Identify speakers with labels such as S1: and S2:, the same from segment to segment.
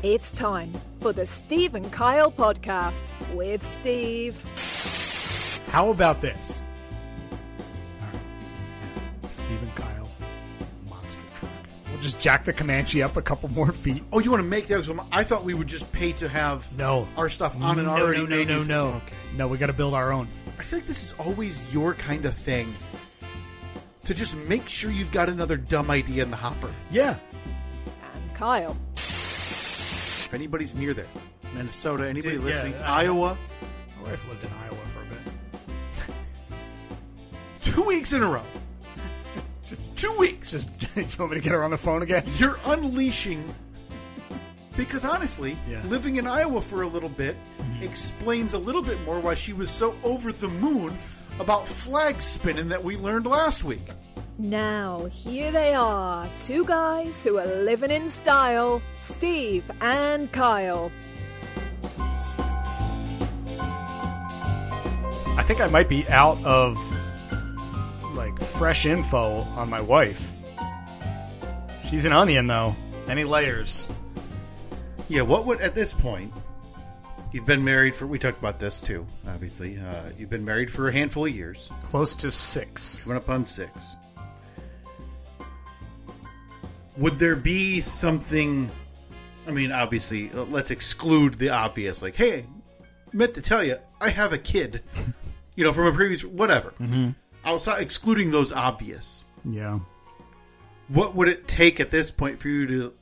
S1: It's time for the Steve and Kyle podcast with Steve.
S2: How about this? All right. Yeah. Steve and Kyle, monster truck. We'll just jack the Comanche up a couple more feet.
S3: Oh, you want to make those? I thought we would just pay to have
S2: No.
S3: our stuff on an
S2: no,
S3: already
S2: no, no,
S3: made.
S2: no, no. Okay. No, we got to build our own.
S3: I feel like this is always your kind of thing. To just make sure you've got another dumb idea in the hopper.
S2: Yeah.
S1: And Kyle.
S3: If anybody's near there, Minnesota, anybody
S2: Dude, yeah,
S3: listening,
S2: I-
S3: Iowa,
S2: My wife lived in Iowa for a bit.
S3: two weeks in a row.
S2: Just-
S3: two weeks.
S2: It's just, you want me to get her on the phone again?
S3: You're unleashing. Because honestly,
S2: Yeah. Mm-hmm.
S3: living in Iowa for a little bit explains a little bit more why she was so over the moon about flag spinning that we learned last week.
S1: Now, here they are, two guys who are living in style Steve and Kyle.
S4: I think I might be out of like fresh info on my wife. She's an onion though. Any layers?
S3: Yeah, what would at this point? You've been married for. We talked about this too, obviously. Uh, you've been married for a handful of years.
S4: Close to six.
S3: Went up on six. Would there be something? I mean, obviously, l- let's exclude the obvious. Like, hey, meant to tell you, I have a kid. you know, from a previous whatever. Outside, excluding those obvious.
S2: Yeah.
S3: What would it take at this point for you to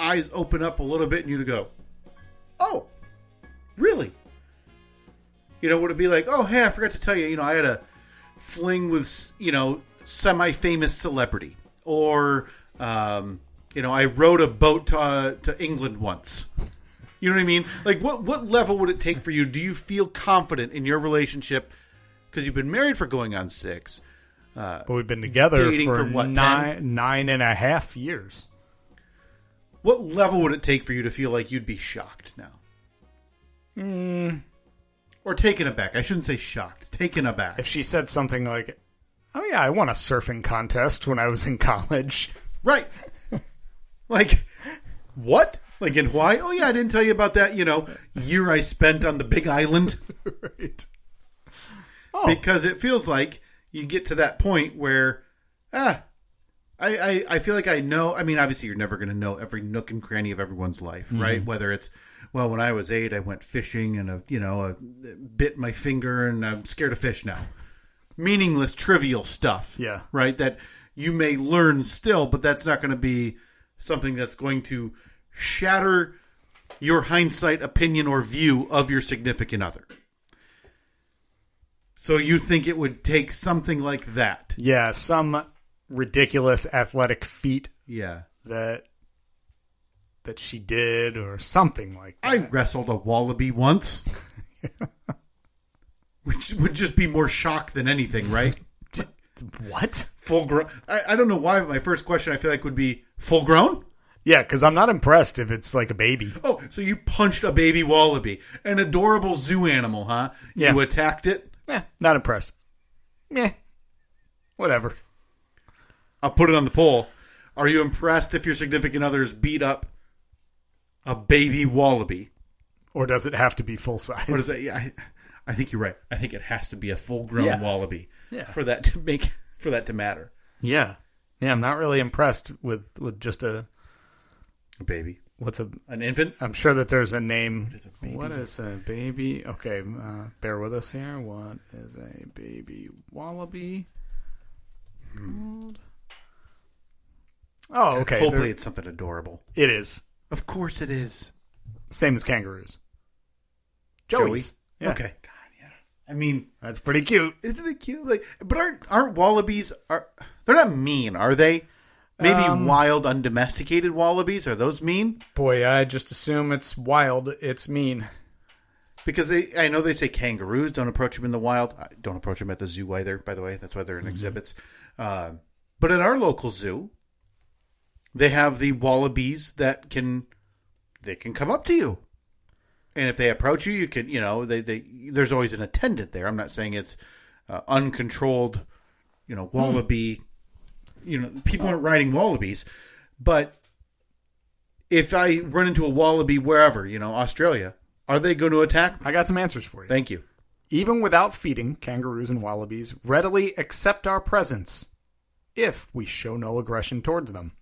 S3: eyes open up a little bit and you to go, oh, really? You know, would it be like, oh, hey, I forgot to tell you, you know, I had a fling with, you know, semi famous celebrity. Or, um, you know, I rowed a boat to, uh, to England once. You know what I mean? Like, what, what level would it take for you? Do you feel confident in your relationship? Because you've been married for going on six.
S4: Uh, But we've been together
S3: Dating
S4: for,
S3: for what,
S4: nine nine and a half years.
S3: What level would it take for you to feel like you'd be shocked now?
S4: Hmm.
S3: Or taken aback. I shouldn't say shocked. Taken aback.
S4: If she said something like, "Oh yeah, I won a surfing contest when I was in college,"
S3: right. like, what? Like in Hawaii? Oh, yeah, I didn't tell you about that, you know, year I spent on the big island.
S4: right? Oh,
S3: Because it feels like you get to that point where, ah, I, I, I feel like I know. I mean, obviously, you're never going to know every nook and cranny of everyone's life, right? Whether it's, well, when I was eight, I went fishing and, a, you know, a, bit my finger and I'm scared of fish now. Meaningless, trivial stuff.
S4: Yeah.
S3: Right? That you may learn still, but that's not going to be something that's going to shatter your hindsight opinion or view of your significant other. So you think it would take something like that?
S4: yeah, some ridiculous athletic feat
S3: Yeah.
S4: that that she did or something like that.
S3: I wrestled a wallaby once. Which would just be more shock than anything, right?
S4: what?
S3: Full grown. I, I don't know why, but my first question I feel like would be full grown?
S4: Yeah, because I'm not impressed if it's like a baby.
S3: Oh, so you punched a baby wallaby, an adorable zoo animal, huh?
S4: Yeah.
S3: You attacked it?
S4: Yeah, not impressed. Yeah, whatever.
S3: I'll put it on the poll. Are you impressed if your significant others beat up a baby wallaby?
S2: Or does it have to be full size?
S3: What is that? Yeah, I, I think you're right. I think it has to be a full grown
S4: Yeah.
S3: wallaby
S4: Yeah.
S3: for that to make for that to matter.
S4: Yeah. Yeah, I'm not really impressed with with just a
S3: A baby,
S4: what's a
S3: an infant.
S4: I'm sure that there's a name. What
S3: is a baby?
S4: What is a baby? Okay, uh, bear with us here. What is a baby wallaby? called? Oh, okay.
S3: Hopefully,
S4: there-
S3: it's something adorable.
S4: It is
S3: Of course, it is.
S4: same as kangaroos.
S3: Joey.
S4: Joey's. Yeah.
S3: Okay. God, yeah. I mean,
S4: that's pretty cute.
S3: isn't it cute? Like, but aren't aren't wallabies are they're not mean, are they? Maybe
S4: Um,
S3: wild, undomesticated wallabies are those mean?
S4: Boy, I just assume it's wild. It's mean.
S3: Because they, I know they say kangaroos don't approach them in the wild. I- Don't approach them at the zoo either. By the way, that's why they're in exhibits. Uh, but at our local zoo, they have the wallabies that can they can come up to you, and if they approach you, you can you know they, they there's always an attendant there. I'm not saying it's uh, uncontrolled, you know, wallaby. You know, people aren't riding wallabies, but if I run into a wallaby wherever, you know, Australia, are they going to attack me?
S4: I got some answers for you.
S3: Thank you.
S4: Even without feeding, kangaroos and wallabies readily accept our presence if we show no aggression towards them.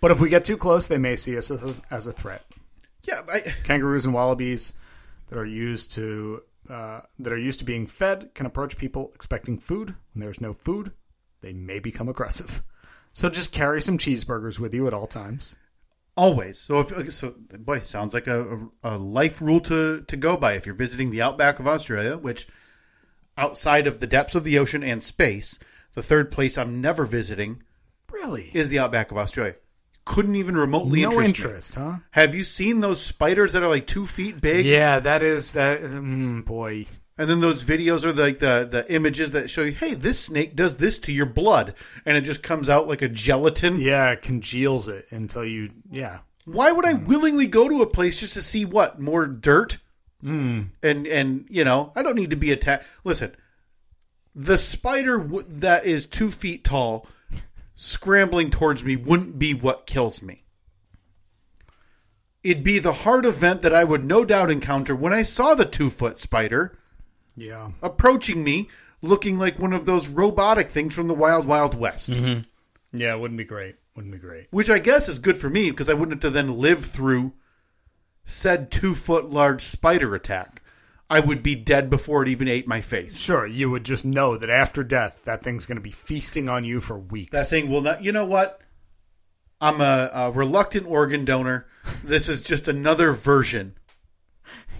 S4: But if we get too close, they may see us as, as a threat.
S3: Yeah, I,
S4: Kangaroos and wallabies that are used to uh, that are used to being fed can approach people expecting food. When there is no food, they may become aggressive. So just carry some cheeseburgers with you at all times.
S3: always. So if so, boy, sounds like a, a life rule to to go by if you're visiting the outback of Australia, which outside of the depths of the ocean and space, the third place I'm never visiting
S4: Really?
S3: is the outback of Australia. Couldn't even remotely
S4: no
S3: interest. me.
S4: interest, huh?
S3: Have you seen those spiders that are like two feet big?
S4: Yeah, that is that. Is, mm, boy,
S3: And then those videos are like the the images that show you, hey, this snake does this to your blood, and it just comes out like a gelatin.
S4: yeah, it congeals it until you. Yeah,
S3: why would I willingly go to a place just to see what more dirt? And and you know, I don't need to be attacked. Listen, the spider w- that is two feet tall scrambling towards me wouldn't be what kills me. It'd be the hard event that I would no doubt encounter when I saw the two foot spider
S4: yeah.
S3: approaching me, looking like one of those robotic things from the Wild Wild West.
S4: Yeah, it wouldn't be great. Wouldn't be great.
S3: which I guess is good for me because I wouldn't have to then live through said two foot large spider attack. I would be dead before it even ate my face.
S4: Sure, you would just know that after death, that thing's going to be feasting on you for weeks.
S3: That thing will not. You know what? I'm a, a reluctant organ donor. This is just another version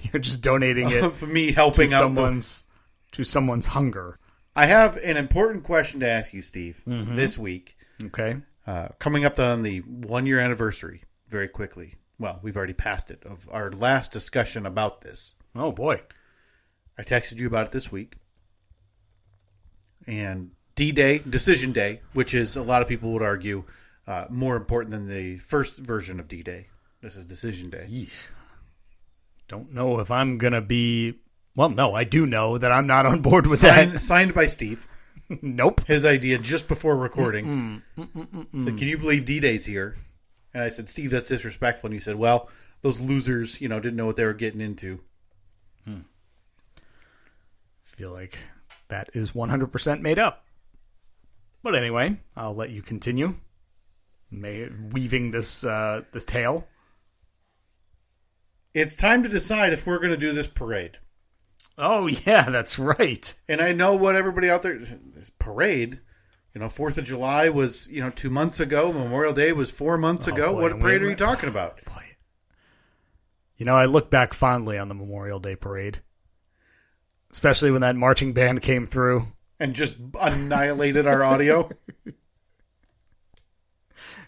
S4: You're just donating it
S3: of me
S4: to
S3: helping out the-
S4: someone's to someone's hunger.
S3: I have an important question to ask you, Steve,
S4: Mm-hmm.
S3: this week.
S4: Okay.
S3: uh, coming up on the one year anniversary very quickly. Well, we've already passed it of our last discussion about this.
S4: Oh boy.
S3: I texted you about it this week. And D Day, Decision Day, which is a lot of people would argue uh, more important than the first version of D Day. This is Decision Day.
S4: Yeesh. Don't know if I'm going to be. Well, no, I do know that I'm not on board with
S3: Signed, signed by Steve,
S4: that. nope.
S3: his idea just before recording. Said, Can you believe D Day's here? And I said, Steve, that's disrespectful. And you said, Well, those losers, you know, didn't know what they were getting into.
S4: feel like that is 100% made up. But anyway, I'll let you continue May, weaving this uh, this tale.
S3: It's time to decide if we're going to do this parade.
S4: Oh yeah, that's right.
S3: and I know what everybody out there this parade. You know, Fourth of July was you know two months ago. Memorial Day was four months
S4: Oh,
S3: ago.
S4: boy,
S3: what
S4: and
S3: parade
S4: we-
S3: are you talking about?
S4: Boy. You know, I look back fondly on the Memorial Day parade, especially when that marching band came through.
S3: And just annihilated our audio.
S4: If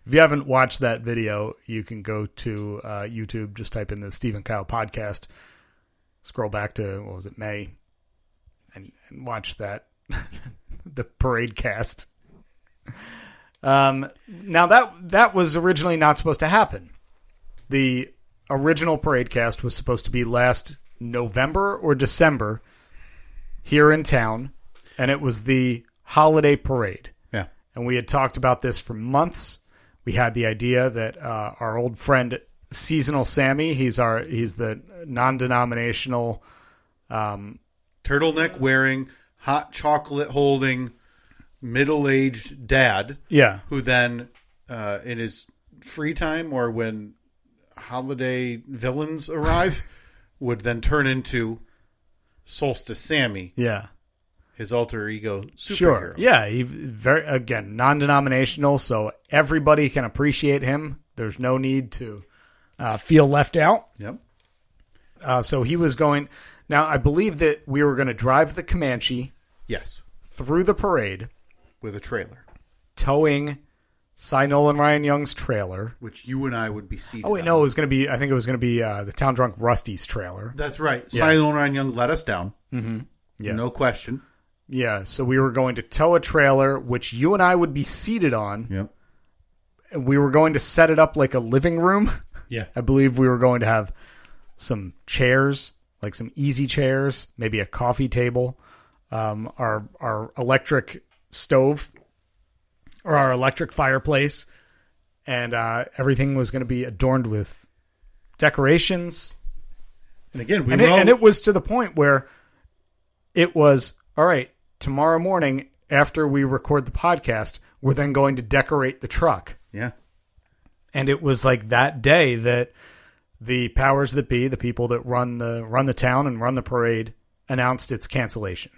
S4: you haven't watched that video, you can go to uh, YouTube, just type in the Stephen Kyle podcast, scroll back to, what was it, May, and, and watch that, the parade cast. Um, now, that, that was originally not supposed to happen. The original parade cast was supposed to be last November or December here in town, and it was the holiday parade
S3: Yeah,
S4: and we had talked about this for months. We had the idea that uh, our old friend seasonal Sammy. He's our he's the non-denominational
S3: Turtleneck wearing, hot chocolate holding, middle aged dad
S4: yeah
S3: who then, uh, in his free time or when holiday villains arrive, would then turn into Solstice Sammy,
S4: yeah
S3: his alter ego superhero.
S4: sure yeah he very again non-denominational so everybody can appreciate him. There's no need to uh, feel left out.
S3: Yep.
S4: Uh, so he was going. Now I believe that we were going to drive the Comanche
S3: Yes.
S4: through the parade,
S3: With a trailer,
S4: towing Cy Nolan Ryan Young's trailer.
S3: which you and I would be seated.
S4: Oh wait,
S3: on.
S4: no, it was going to be. I think it was going to be uh, the town drunk Rusty's trailer.
S3: That's right. Silent Ryan Young let us down. Mm-hmm.
S4: Yeah.
S3: No question.
S4: Yeah, so we were going to tow a trailer, which you and I would be seated on.
S3: Yep.
S4: We were going to set it up like a living room.
S3: Yeah.
S4: I believe we were going to have some chairs, like some easy chairs, maybe a coffee table, um, our our electric stove, or our electric fireplace, and uh, everything was going to be adorned with decorations.
S3: And again, we
S4: and,
S3: were
S4: it,
S3: all,
S4: and it was to the point where it was all right. Tomorrow morning, after we record the podcast, we're then going to decorate the truck.
S3: yeah.
S4: and it was like that day that the powers that be the people that run the run the town and run the parade announced its cancellation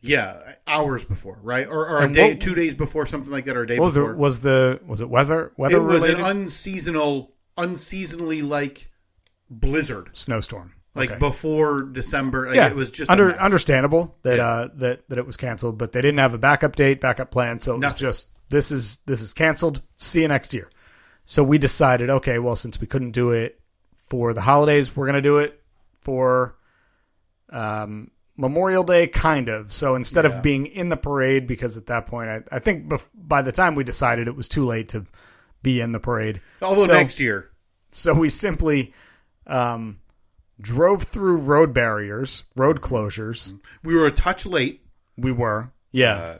S3: Yeah, hours before, right? Or, or a
S4: And
S3: day,
S4: what-
S3: two days before, something like that, or a day
S4: what was the
S3: before.
S4: was the was it weather weather
S3: it was
S4: related
S3: an unseasonal, unseasonally like blizzard,
S4: snowstorm
S3: like
S4: Okay.
S3: before December. Like, it was just a
S4: under
S3: mess.
S4: understandable that
S3: Yeah.
S4: uh that that it was canceled but they didn't have a backup date backup plan so it was
S3: Nothing.
S4: just this is this is canceled see you next year so we decided okay well since we couldn't do it for the holidays we're going to do it for um Memorial Day, kind of. So instead of being in the parade, because at that point, I, I think bef- by the time we decided it was too late to be in the parade.
S3: Although
S4: So-
S3: next year,
S4: so we simply um, drove through road barriers, road closures.
S3: we were a touch late.
S4: We were, yeah,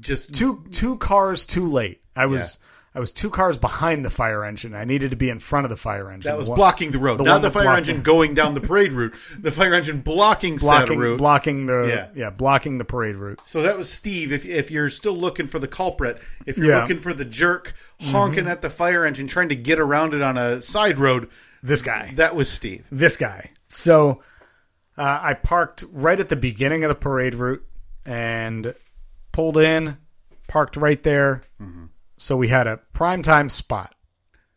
S3: Just
S4: two two cars too late. I was I was two cars behind the fire engine. I needed to be in front of the fire engine.
S3: that was
S4: The one-
S3: blocking the road,
S4: the
S3: not
S4: one
S3: the
S4: that
S3: fire
S4: blocked-
S3: engine going down the parade route. The fire engine blocking, said
S4: blocking
S3: route.
S4: blocking the
S3: Yeah.
S4: yeah. blocking the parade route.
S3: So that was Steve. If, if you're still looking for the culprit, if you're
S4: Yeah. Mm-hmm.
S3: looking for the jerk honking at the fire engine trying to get around it on a side road,
S4: This guy,
S3: that was Steve.
S4: this guy. So uh, I parked right at the beginning of the parade route and pulled in, parked right there. So we had a prime time spot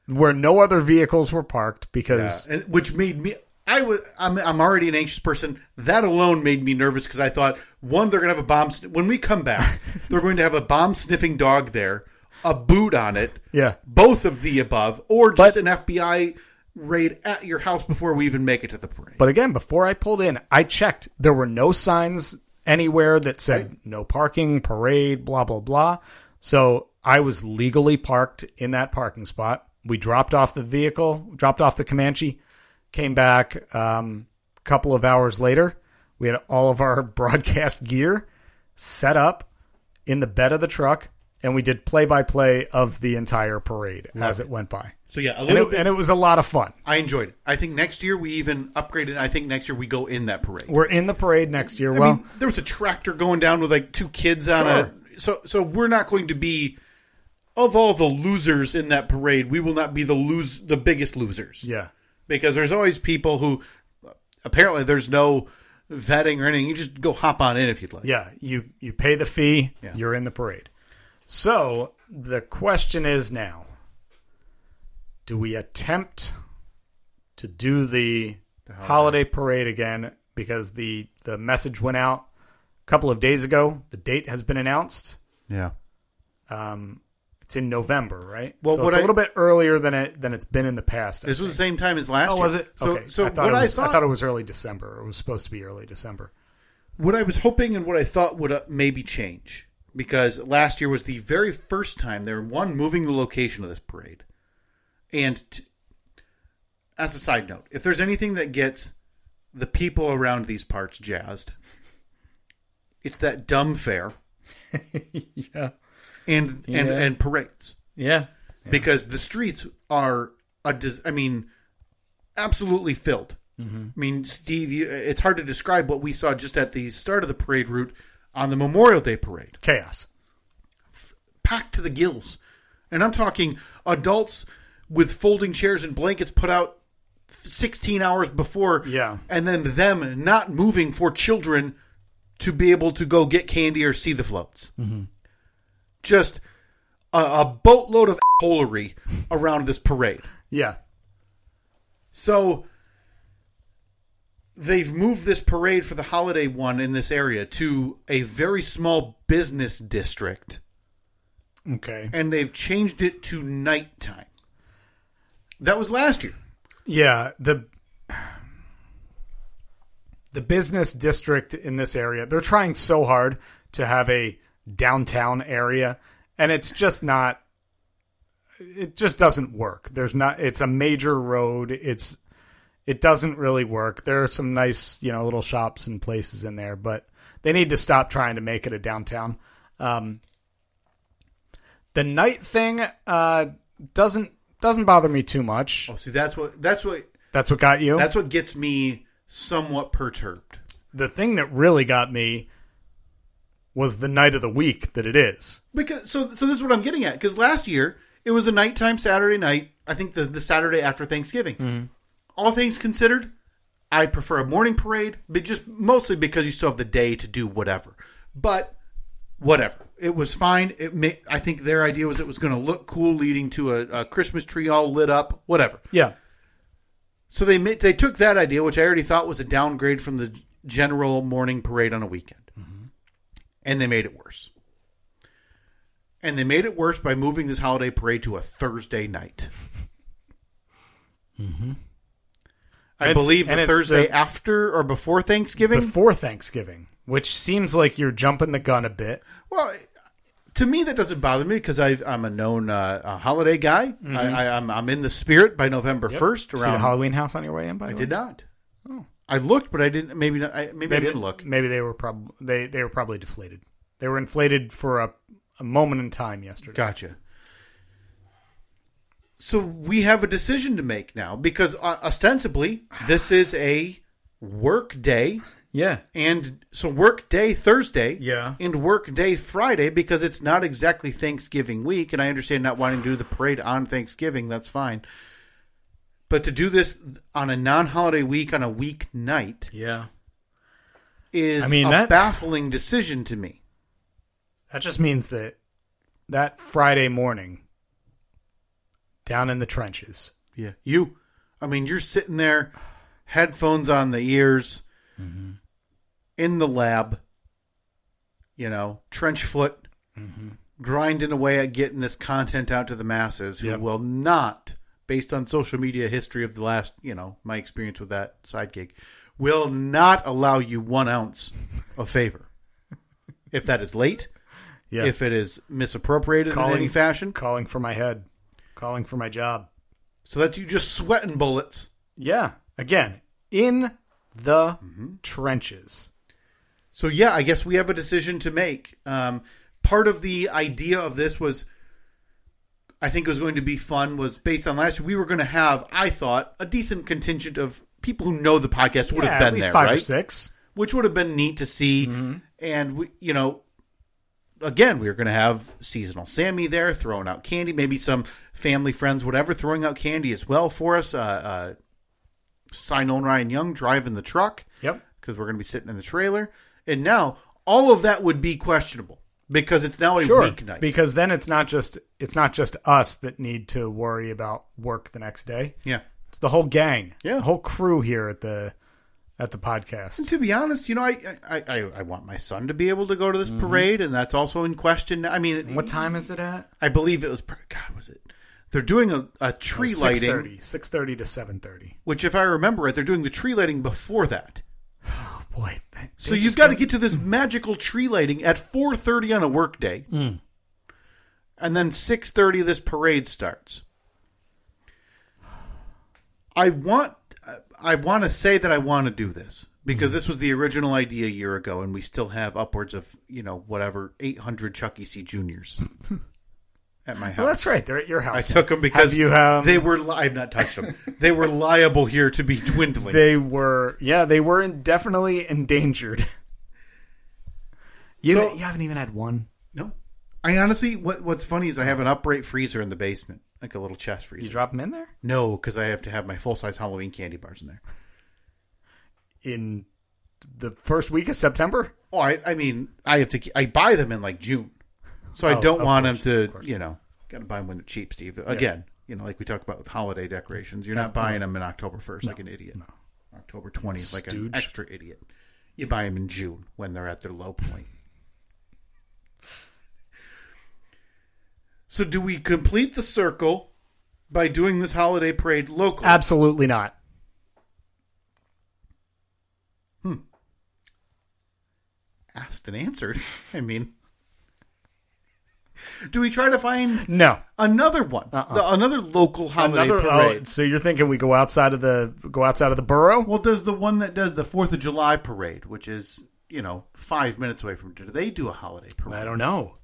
S4: where no other vehicles were parked because
S3: Uh, And- which made me. I was. I'm, I'm already an anxious person. That alone made me nervous because I thought one, they're gonna have a bomb. sn- When we come back, they're going to have a bomb sniffing dog there, a boot on it.
S4: Yeah.
S3: both of the above, or just
S4: But-
S3: an FBI raid at your house before we even make it to the parade.
S4: But again, before I pulled in, I checked. There were no signs anywhere that said no parking, parade, blah, blah, blah. So I was legally parked in that parking spot. We dropped off the vehicle, dropped off the Comanche, came back um, a couple of hours later. We had all of our broadcast gear set up in the bed of the truck, and we did play by play of the entire parade as it went by.
S3: so yeah, a
S4: And
S3: little
S4: it,
S3: bit.
S4: and it was a lot of fun.
S3: I enjoyed it. I think next year we even upgraded. I think next year we go in that parade.
S4: We're in the parade next year.
S3: I
S4: well,
S3: mean, there was a tractor going down with like two kids on a. So, so we're not going to be of all the losers in that parade. We will not be the lose the biggest losers.
S4: yeah.
S3: because there's always people who apparently there's no vetting or anything. You just go hop on in if you'd like.
S4: Yeah, you you pay the fee, you're in the parade. So the question is now: Do we attempt to do the, holiday. parade again? Because the the message went out a couple of days ago. The date has been announced. um,
S3: yeah.
S4: It's in November, right?
S3: Well,
S4: so
S3: what
S4: it's a
S3: I-
S4: little bit earlier than it than it's been in the past. I
S3: This was the same time as last.
S4: Oh,
S3: year.
S4: was it?
S3: So,
S4: okay.
S3: so
S4: I thought
S3: what
S4: it was,
S3: I thought,
S4: it was early December. It was supposed to be early December.
S3: what I was hoping and what I thought would uh, maybe change because last year was the very first time they were one moving the location of this parade, and t- as a side note, if there's anything that gets the people around these parts jazzed, it's that dumb fair
S4: Yeah.
S3: and and and parades
S4: Yeah.
S3: because the streets are a dis- I mean absolutely filled. I mean, Steve, you, it's hard to describe what we saw just at the start of the parade route on the Memorial Day parade.
S4: Chaos.
S3: packed to the gills. And I'm talking adults with folding chairs and blankets put out 16 hours before.
S4: Yeah.
S3: And then them not moving for children to be able to go get candy or see the floats. Just a, a boatload of holery around this parade.
S4: Yeah.
S3: So they've moved this parade for the holiday one in this area to a very small business district
S4: Okay.
S3: and they've changed it to nighttime. That was last year.
S4: Yeah, the the business district in this area, they're trying so hard to have a downtown area and it's just not it just doesn't work. There's not it's a major road. It's it doesn't really work. There are some nice, you know, little shops and places in there, but they need to stop trying to make it a downtown. Um the night thing uh doesn't doesn't bother me too much.
S3: Oh, see, that's what that's what
S4: That's what got you.
S3: that's what gets me somewhat perturbed.
S4: the thing that really got me was the night of the week that it is.
S3: Because so so this is what I'm getting at. Because last year it was a nighttime Saturday night. I think the the Saturday after Thanksgiving. All things considered, I prefer a morning parade, but just mostly because you still have the day to do whatever. But whatever, it was fine. It may, I think their idea was it was going to look cool, leading to a, a Christmas tree all lit up. Whatever.
S4: Yeah.
S3: So they mi- they took that idea, which I already thought was a downgrade from the general morning parade on a weekend,
S4: Mm-hmm.
S3: and they made it worse. And they made it worse by moving this holiday parade to a Thursday night. I
S4: It's-
S3: believe
S4: Mm-hmm. and
S3: the
S4: it's
S3: Thursday
S4: the-
S3: after or before Thanksgiving.
S4: Before Thanksgiving, which seems like you're jumping the gun a bit.
S3: Well, to me, that doesn't bother me because I, I'm a known uh, a holiday guy. I, I, I'm, I'm in the spirit by November first.
S4: Mm-hmm. See the
S3: Around
S4: Halloween house on your way in by
S3: I did not. I looked, but I didn't. Maybe not, I, maybe I
S4: Maybe,
S3: didn't look.
S4: Maybe they were probably they, they were probably deflated. They were inflated for a, a moment in time yesterday.
S3: Gotcha. So we have a decision to make now because uh, ostensibly this is a work day.
S4: Yeah.
S3: And so work day Thursday,
S4: Yeah.
S3: and work day Friday because it's not exactly Thanksgiving week, and I understand not wanting to do the parade on Thanksgiving. That's fine, but to do this on a non-holiday week on a week night
S4: Yeah.
S3: is
S4: I mean,
S3: a
S4: that-
S3: baffling decision to me.
S4: That just means that that Friday morning down in the trenches.
S3: Yeah. You, I mean, you're sitting there, headphones on the ears,
S4: Mm-hmm.
S3: in the lab, you know, trench foot,
S4: Mm-hmm.
S3: grinding away at getting this content out to the masses who
S4: Yep.
S3: will not, based on social media history of the last, you know, my experience with that sidekick, will not allow you one ounce of favor. if that is late,
S4: Yeah.
S3: if it is misappropriated in any fashion.
S4: calling for my head, calling for my job.
S3: So that's you just sweating bullets.
S4: Yeah. Again, in the
S3: Mm-hmm.
S4: trenches.
S3: So yeah, I guess we have a decision to make. Um, part of the idea of this was, I think it was going to be fun. Was based on last year. We were going to have, I thought, a decent contingent of people who know the podcast would
S4: yeah,
S3: have been
S4: at least
S3: there,
S4: five or
S3: right?
S4: six. Mm-hmm.
S3: Which would have been neat to see. And we, you know, again, we were going to have seasonal Sammy there throwing out candy. Maybe some family friends, whatever, throwing out candy as well for us. Uh, uh, Sign on Ryan Young driving the truck
S4: Yep.
S3: because we're going to be sitting in the trailer. And now all of that would be questionable because it's now a
S4: Sure.
S3: weeknight.
S4: Because then it's not just it's not just us that need to worry about work the next day.
S3: yeah.
S4: It's the whole gang.
S3: Yeah.
S4: The whole crew here at the at the
S3: And
S4: podcast.
S3: to be honest, you know, I I, I I want my son to be able to go to this parade, and that's also in question. I mean,
S4: What time is it at?
S3: I believe it was pr- God was it? They're doing a, a tree
S4: Oh,
S3: lighting,
S4: 6:30, 6:30 to 7:30.
S3: which if I remember right, they're doing the tree lighting before that.
S4: Oh boy. They-
S3: So
S4: they
S3: you've
S4: just
S3: got to
S4: don't-
S3: get to this magical tree lighting at 4:30 on a workday,
S4: Hmm.
S3: and then 6:30 this parade starts. I want I want to say that I want to do this
S4: Hmm.
S3: because this was the original idea a year ago, and we still have upwards of you know whatever 800 Chuck E. C. Juniors. at my house.
S4: Well, that's right. They're at your house.
S3: I
S4: now.
S3: took them because
S4: Have you um,
S3: they were. Li- I've not touched them. they were liable here to be dwindling.
S4: They were, yeah, they were indefinitely endangered. you,
S3: So-
S4: haven't- you haven't even had one.
S3: no, I honestly, what what's funny is I have an upright freezer in the basement, like a little chest freezer.
S4: You drop them in there
S3: no, because I have to have my full size Halloween candy bars in there.
S4: in the first week of September.
S3: Oh, I, I mean, I have to. ke- I buy them in like June, so I
S4: Oh,
S3: don't
S4: of
S3: want
S4: course, of
S3: them
S4: course.
S3: to. You know, got to buy them when they're cheap, Steve. Again, you know, like we talk about with holiday decorations, you're not buying them in October first like an idiot. October twentieth, like an
S4: Stooge.
S3: extra idiot. You buy them in June when they're at their low point. So, do we complete the circle by doing this holiday parade locally?
S4: Absolutely not.
S3: Asked and answered. I mean, do we try to find
S4: No.
S3: another one,
S4: Uh-uh.
S3: The- another local holiday
S4: Another.
S3: parade.
S4: Oh, so you're thinking we go outside of the go outside of the borough?
S3: well, does the one that does the Fourth of July parade, which is you know five minutes away from, do they do a holiday parade?
S4: I don't know.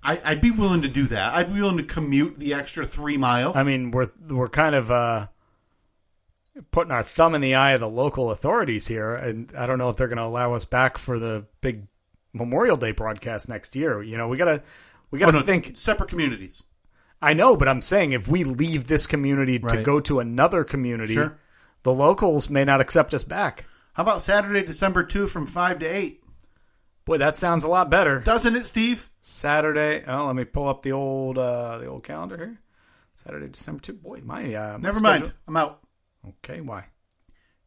S3: I, I'd be willing to do that. I'd be willing to commute the extra three miles.
S4: I mean, we're we're kind of uh, putting our thumb in the eye of the local authorities here, and I don't know if they're going to allow us back for the big Memorial Day broadcast next year. You know, we gotta we
S3: Oh,
S4: gotta
S3: no,
S4: think.
S3: separate communities.
S4: I know, but I'm saying if we leave this community to
S3: Right.
S4: go to another community,
S3: Sure.
S4: the locals may not accept us back.
S3: How about Saturday, December two, from five to eight?
S4: Boy, that sounds a lot better.
S3: Doesn't it, Steve?
S4: Saturday. Oh, let me pull up the old uh, the old calendar here. Saturday, December two. Boy, my uh, my
S3: Never
S4: schedule-
S3: mind. I'm out.
S4: Okay, why?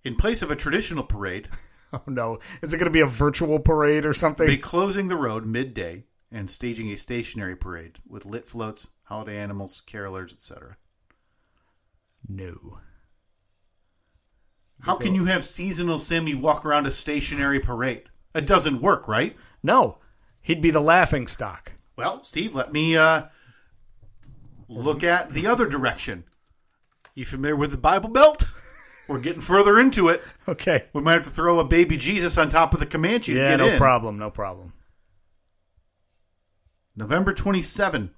S3: In place of a traditional parade,
S4: Oh no, is it going to be a virtual parade or something?
S3: be closing the road midday and staging a stationary parade with lit floats, holiday animals, carolers, etc.
S4: no.
S3: How can you have seasonal Sammy walk around a stationary parade? It doesn't work, right?
S4: No, he'd be the laughing stock.
S3: Well, Steve, let me uh, look at the other direction. You familiar with the Bible Belt? We're getting further into it.
S4: Okay.
S3: We might have to throw a baby Jesus on top of the Comanche
S4: yeah,
S3: to get
S4: no
S3: in.
S4: problem, no problem.
S3: November 27.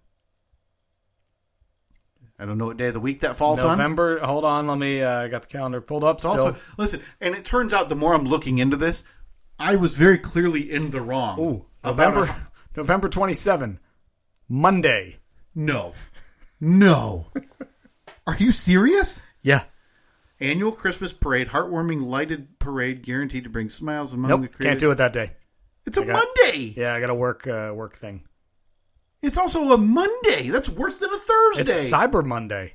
S3: I don't know what day of the week that falls on.
S4: November. Hold on, let me. uh, I got the calendar pulled up.
S3: It's also, listen, and it turns out the more I'm looking into this, I was very clearly in the wrong.
S4: Ooh,
S3: about
S4: November
S3: a-
S4: November twenty seven, Monday.
S3: No. No. Are you serious?
S4: Yeah.
S3: Annual Christmas parade, heartwarming lighted parade guaranteed to bring smiles among
S4: Nope.
S3: the creative.
S4: Can't do it that day.
S3: It's a
S4: I got-
S3: Monday.
S4: Yeah, I got a work uh, work thing.
S3: It's also a Monday. That's worse than a Thursday.
S4: It's Cyber Monday.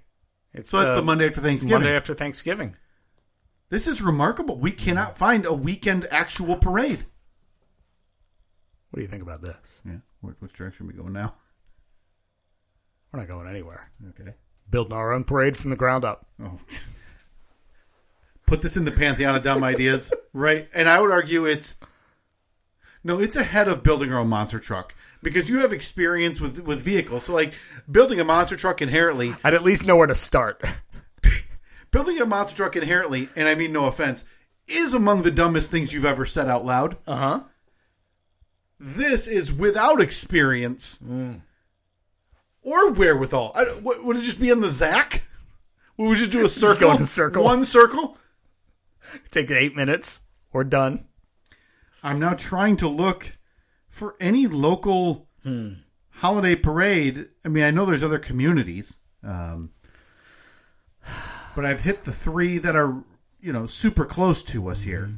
S4: It's
S3: so that's
S4: the-
S3: the Monday after
S4: it's
S3: Thanksgiving.
S4: Monday after Thanksgiving.
S3: This is remarkable. We cannot find a weekend actual parade.
S4: What do you think about this?
S3: Yeah. Which, which direction are we going now?
S4: We're not going anywhere.
S3: Okay.
S4: Building our own parade from the ground up.
S3: Oh. Put this in the pantheon of dumb ideas, right? And I would argue it's no, it's ahead of building our own monster truck because you have experience with with vehicles. So, like building a monster truck inherently,
S4: I'd at least know where to start.
S3: building a monster truck inherently, and I mean no offense, is among the dumbest things you've ever said out loud.
S4: Uh huh.
S3: This is without experience
S4: Mm.
S3: or wherewithal. I, don't- what, would it just be in the Zach? Would we just do a circle?
S4: go in a circle.
S3: One circle.
S4: Take eight minutes. We're done.
S3: I'm now trying to look for any local holiday parade. I mean, I know there's other communities, um, but I've hit the three that are you know super close to us here.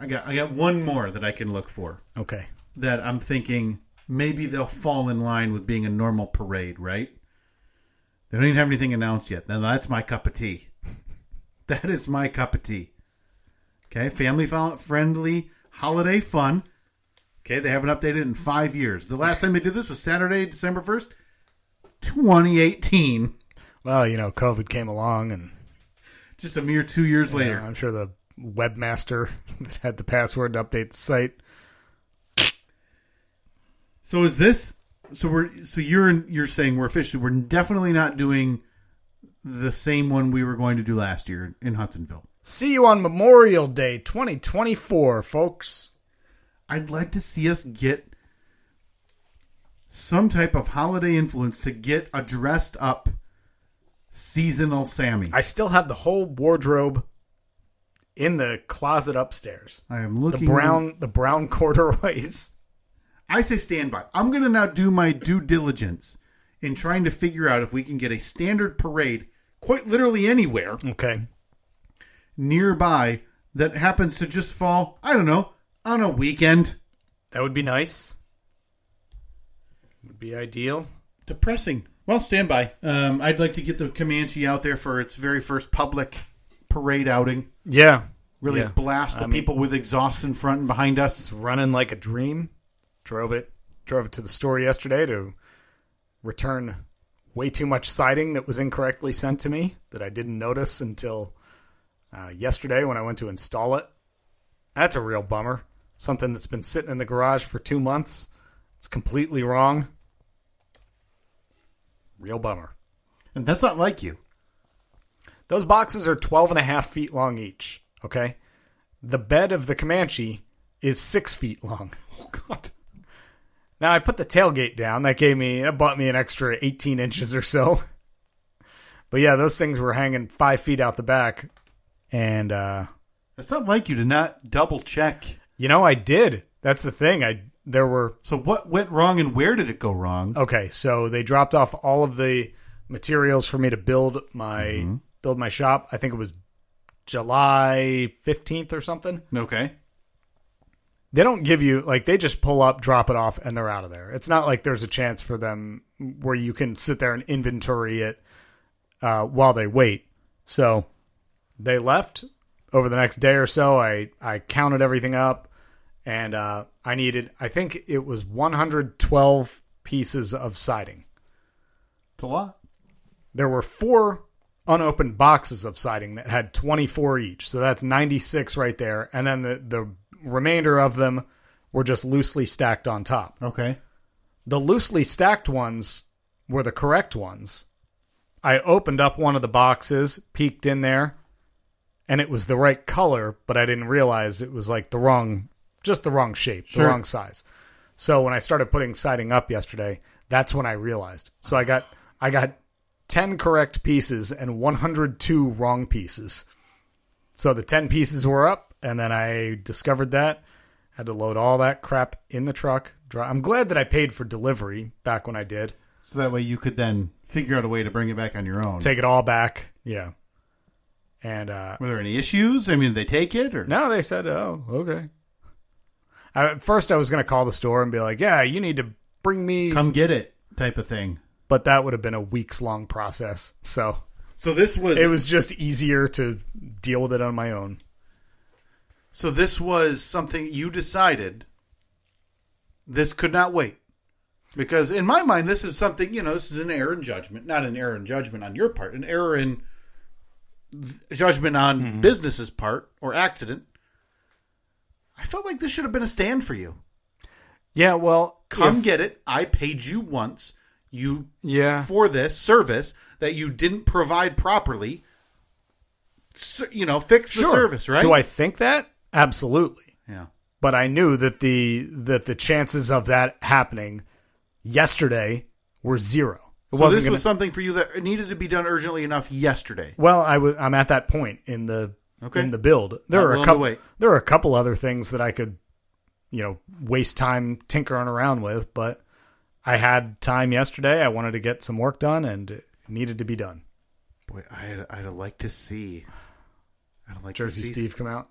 S3: I got I got one more that I can look for
S4: Okay.
S3: that I'm thinking maybe they'll fall in line with being a normal parade, right? They don't even have anything announced yet. Now that's my cup of tea. that is my cup of tea. Okay, family fol- friendly holiday fun. Okay, they haven't updated it in five years. The last time they did this was Saturday, December first, twenty eighteen.
S4: Well, you know, COVID came along, and
S3: Just a mere two years
S4: you know,
S3: later.
S4: I'm sure the webmaster that had the password to update the site.
S3: So is this? So we're so you're you're saying we're officially we're definitely not doing the same one we were going to do last year in Hudsonville.
S4: See you on Memorial Day 2024, folks.
S3: I'd like to see us get some type of holiday influence to get a dressed up seasonal Sammy.
S4: I still have the whole wardrobe in the closet upstairs.
S3: I am looking
S4: the brown the brown corduroys.
S3: I say standby. I'm going to now do my due diligence in trying to figure out if we can get a standard parade, quite literally anywhere
S4: Okay.
S3: nearby, that happens to just fall, I don't know, on a weekend.
S4: That would be nice. Would be ideal.
S3: Depressing. Well, standby. Um, I'd like to get the Comanche out there for its very first public parade outing.
S4: Yeah.
S3: Really
S4: Yeah.
S3: blast the
S4: I mean-
S3: people with exhaust in front and behind us.
S4: It's running like a dream. Drove it drove it to the store yesterday to return way too much siding that was incorrectly sent to me that I didn't notice until uh, yesterday when I went to install it. That's a real bummer. Something that's been sitting in the garage for two months. It's completely wrong. Real bummer.
S3: And that's not like you.
S4: Those boxes are 12 and a half feet long each. Okay. The bed of the Comanche is six feet long. Oh, God. Now I put the tailgate down. That gave me, that bought me an extra 18 inches or so. But yeah, those things were hanging five feet out the back. And, uh,
S3: That's not like you to not double check.
S4: you know, I did. That's the thing. I, there were
S3: So what went wrong and where did it go wrong?
S4: Okay, so they dropped off all of the materials for me to build my build my shop. I think it was July 15th or something.
S3: Okay.
S4: They don't give you like they just pull up, drop it off and they're out of there. It's not like there's a chance for them where you can sit there and inventory it uh, while they wait. So they left over the next day or so. I I counted everything up and uh, I needed I think it was 112 pieces of siding.
S3: It's a lot.
S4: there were four unopened boxes of siding that had 24 each. So that's 96 right there. And then the, the remainder of them were just loosely stacked on top.
S3: Okay.
S4: The loosely stacked ones were the correct ones. I opened up one of the boxes, peeked in there, and it was the right color, but I didn't realize it was like the wrong, just the wrong shape,
S3: Sure.
S4: the wrong size. So when I started putting siding up yesterday, that's when I realized. So I got I got 10 correct pieces and 102 wrong pieces. So the 10 pieces were up and then I discovered that had to load all that crap in the truck. Dri- I'm glad that I paid for delivery back when I did.
S3: So that way you could then figure out a way to bring it back on your own.
S4: Take it all back. Yeah. And uh
S3: Were there any issues? I mean, did they take it or
S4: No, they said, "Oh, okay." I, at first, I was going to call the store and be like, "Yeah, you need to bring me,"
S3: come get it type of thing.
S4: but that would have been a weeks long process. So
S3: So this was,
S4: it was just easier to deal with it on my own.
S3: so this was something you decided this could not wait. Because in my mind this is something, you know, this is an error in judgment, not an error in judgment on your part, an error in th- judgment on
S4: Mm-hmm.
S3: business's part or accident. I felt like this should have been a stand for you.
S4: Yeah, well,
S3: Come get it. I paid you once. You
S4: yeah,
S3: for this service that you didn't provide properly. So, you know, fix the service, right?
S4: Do I think that? Absolutely.
S3: Yeah.
S4: But I knew that the that the chances of that happening yesterday were zero. It
S3: So this
S4: gonna-
S3: was something for you that needed to be done urgently enough yesterday.
S4: Well, I was I'm at that point in the
S3: Okay.
S4: in the build. There are
S3: Not
S4: a
S3: willing to
S4: couple
S3: wait.
S4: there are a couple other things that I could you know waste time tinkering around with, but I had time yesterday. I wanted to get some work done and it needed to be done.
S3: Boy, I'd, I'd like to see. I'd like
S4: Jersey
S3: to see
S4: Steve come out.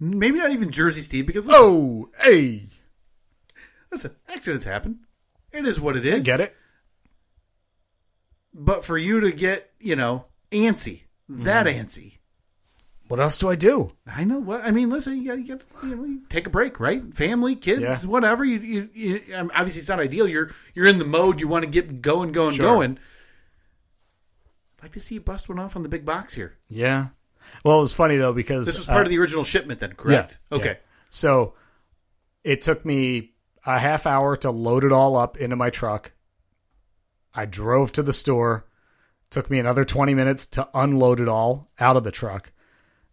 S3: Maybe not even Jersey Steve because listen,
S4: Oh, hey.
S3: listen, accidents happen. It is what it is.
S4: Get it?
S3: But for you to get, you know, antsy, that
S4: Mm-hmm.
S3: antsy.
S4: What else do I do?
S3: I know what I mean. Listen, you got you got you know, you take a break, right? Family, kids,
S4: Yeah.
S3: whatever. You, you, you um, obviously it's not ideal. You're you're in the mode you want to get going, going,
S4: Sure.
S3: going. I'd like to see you bust one off on the big box here.
S4: Yeah. Well, it was funny though because
S3: This was part
S4: uh,
S3: of the original shipment, then, correct?
S4: Yeah,
S3: okay.
S4: yeah. So it took me a half hour to load it all up into my truck. I drove to the store. Took me another 20 minutes to unload it all out of the truck.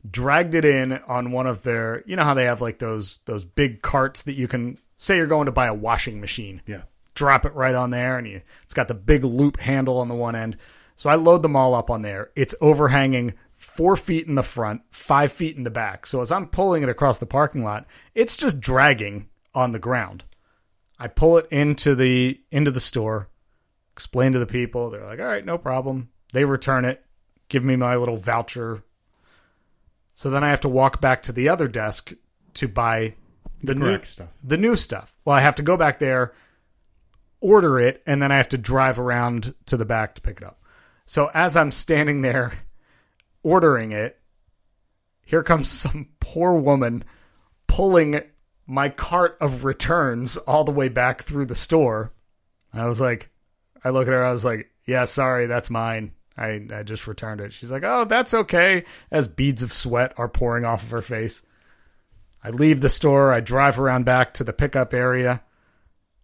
S4: Dragged it in on one of their, you know how they have like those those big carts that you can say you're going to buy a washing machine.
S3: Yeah.
S4: drop it right on there, and you, it's got the big loop handle on the one end. So I load them all up on there. It's overhanging four feet in the front, five feet in the back. So as I'm pulling it across the parking lot, it's just dragging on the ground. I pull it into the into the store, explain to the people. They're like, "All right, no problem." They return it, give me my little voucher. So then I have to walk back to the other desk to buy the, new
S3: correct stuff.
S4: The new stuff. Well, I have to go back there, order it, and then I have to drive around to the back to pick it up. So as I'm standing there ordering it, here comes some poor woman pulling my cart of returns all the way back through the store. I was like, I look at her, I was like, yeah, sorry, that's mine. I, I just returned it. She's like, oh, that's okay, as beads of sweat are pouring off of her face. I leave the store, I drive around back to the pickup area.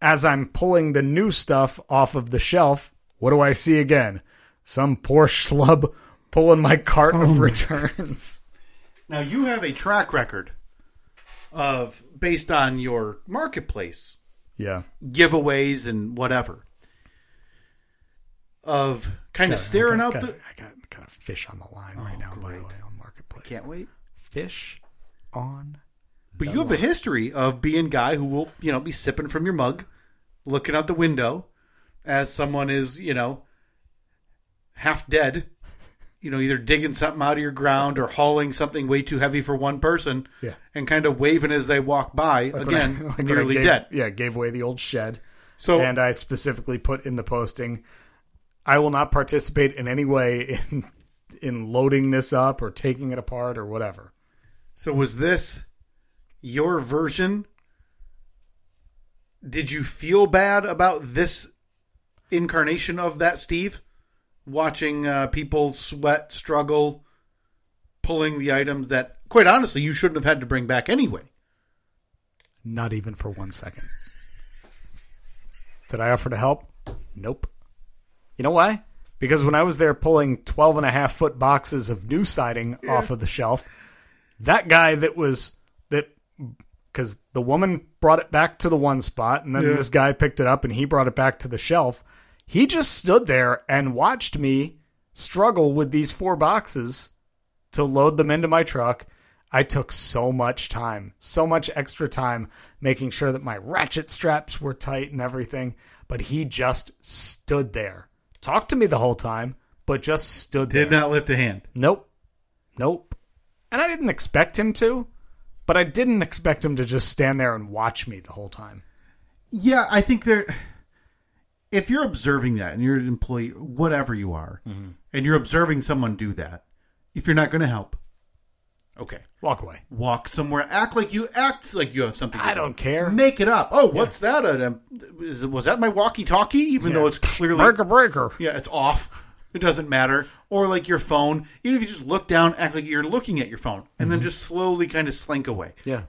S4: As I'm pulling the new stuff off of the shelf, what do I see again? Some poor schlub pulling my cart of returns.
S3: Now you have a track record of based on your marketplace
S4: yeah.
S3: giveaways and whatever of kind of staring out
S4: got,
S3: the Oh,
S4: I got, got a fish on the line right now, by the way, on Marketplace.
S3: can't wait.
S4: Fish on.
S3: But you have a history of being guy who will, you know, be sipping from your mug, looking out the window as someone is, you know, half dead, you know, either digging something out of your ground or hauling something way too heavy for one person
S4: Yeah.
S3: and kind of waving as they walk by,
S4: Like when I-
S3: again,
S4: like when I
S3: nearly
S4: gave-
S3: dead.
S4: Yeah, gave away the old shed.
S3: So
S4: and uh, I specifically put in the posting, I will not participate in any way in in loading this up or taking it apart or whatever.
S3: So was this your version? Did you feel bad about this incarnation of that Steve? Watching uh, people sweat, struggle, pulling the items that, quite honestly, you shouldn't have had to bring back anyway.
S4: Not even for one second. Did I offer to help? Nope. You know why? Because when I was there pulling 12 and a half foot boxes of new siding off of the shelf, that guy that was that because the woman brought it back to the one spot and then this guy picked it up and he brought it back to the shelf. He just stood there and watched me struggle with these four boxes to load them into my truck. I took so much time, so much extra time making sure that my ratchet straps were tight and everything, but he just stood there. Talked to me the whole time, but just stood there.
S3: Did not lift a hand.
S4: Nope. Nope. And I didn't expect him to, but I didn't expect him to just stand there and watch me the whole time.
S3: Yeah, I think there. If you're observing that, and you're an employee, whatever you are,
S4: Mm-hmm.
S3: and you're observing someone do that, if you're not going to help, okay,
S4: Walk away.
S3: walk somewhere. Act like you act like you have something. to
S4: I
S3: do.
S4: don't care.
S3: Make it up. Oh, what's that? An- is- Was that my walkie-talkie? Even though it's clearly
S4: Breaker, breaker.
S3: yeah, it's off. It doesn't matter. Or like your phone. Even if you just look down, act like you're looking at your phone, and
S4: Mm-hmm.
S3: then just slowly kind of slink away.
S4: Yeah.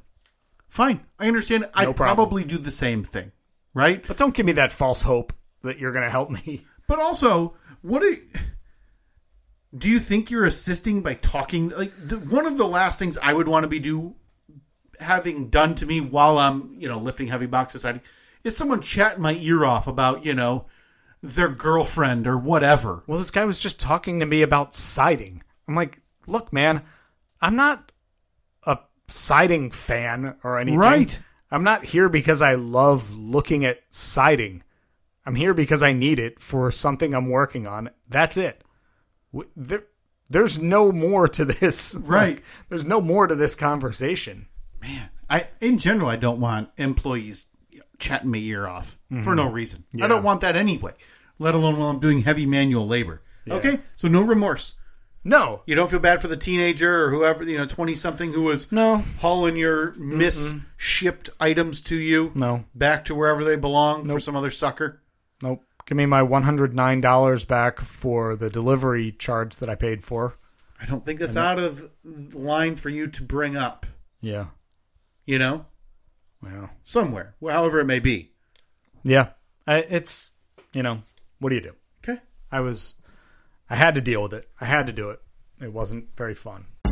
S3: Fine, I understand. I
S4: No problem.
S3: probably do the same thing, right?
S4: But don't give me that false hope that you're going to help me.
S3: But also, what do do you think you're assisting by talking? Like the, one of the last things I would want to be do having done to me while I'm you know lifting heavy boxes siding is someone chatting my ear off about you know their girlfriend or whatever.
S4: Well, this guy was just talking to me about siding. I'm like, look, man, I'm not a siding fan or anything.
S3: Right.
S4: I'm not here because I love looking at siding. I'm here because I need it for something I'm working on. That's it. W- There, there's no more to this.
S3: Right.
S4: Like, there's no more to this conversation.
S3: Man, I in general I don't want employees chatting my ear off for no reason. I don't want that anyway. Let alone while I'm doing heavy manual labor. Okay, so no remorse.
S4: No.
S3: You don't feel bad for the teenager or whoever, you know, 20 something who was
S4: No.
S3: hauling your misshipped items to you
S4: No.
S3: back to wherever they belong for some other sucker.
S4: Nope. Give me my $109 back for the delivery charge that I paid for.
S3: I don't think that's out of line for you to bring up,
S4: Yeah.
S3: you know,
S4: Well.
S3: somewhere, however it may be.
S4: Yeah, I, it's you know what do you do?
S3: Okay.
S4: I was, I had to deal with it. I had to do it. It wasn't very fun.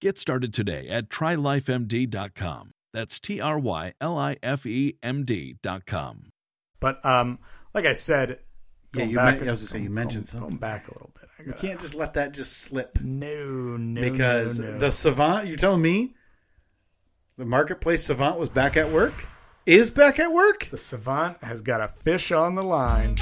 S5: Get started today at trylifemd.com. That's T R Y L I F E M D.com.
S4: But um, like I said,
S3: Yeah,
S4: going
S3: you
S4: back-
S3: men- I was gonna say, you
S4: going- going-
S3: mentioned something.
S4: Going back a little bit. I
S3: You
S4: gotta-
S3: can't just let that just slip
S4: No, no.
S3: because
S4: no, no.
S3: the savant. You're telling me the marketplace savant was back at work. Is back at work.
S4: the savant has got a fish on the line.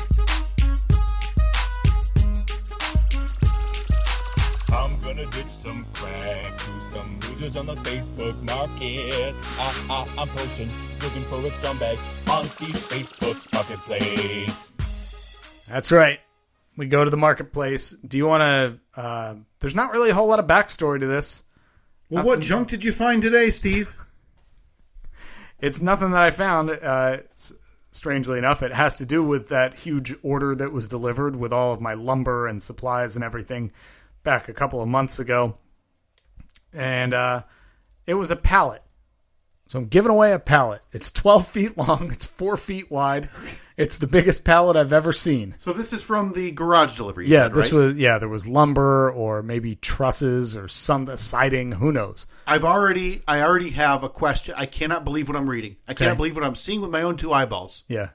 S6: I'm gonna ditch some crack to some losers on the Facebook market. Ah, ah, I'm posting, looking for a scumbag on the Facebook marketplace.
S4: That's right. We go to the marketplace. Do you want to? Uh, there's not really a whole lot of backstory to this. Uh,
S3: Well, what junk did you find today, Steve?
S4: It's nothing that I found. Uh, s- strangely enough, it has to do with that huge order that was delivered with all of my lumber and supplies and everything back a couple of months ago. And uh, it was a pallet. So I'm giving away a pallet. It's 12 feet long, it's four feet wide. It's the biggest pallet I've ever seen.
S3: So this is from the garage delivery. you
S4: Yeah,
S3: said,
S4: this
S3: right?
S4: was yeah, there was lumber or maybe trusses or some siding, who knows.
S3: I've already. I already have a question. I cannot believe what I'm reading. I cannot believe what I'm seeing with my own two eyeballs.
S4: Yeah.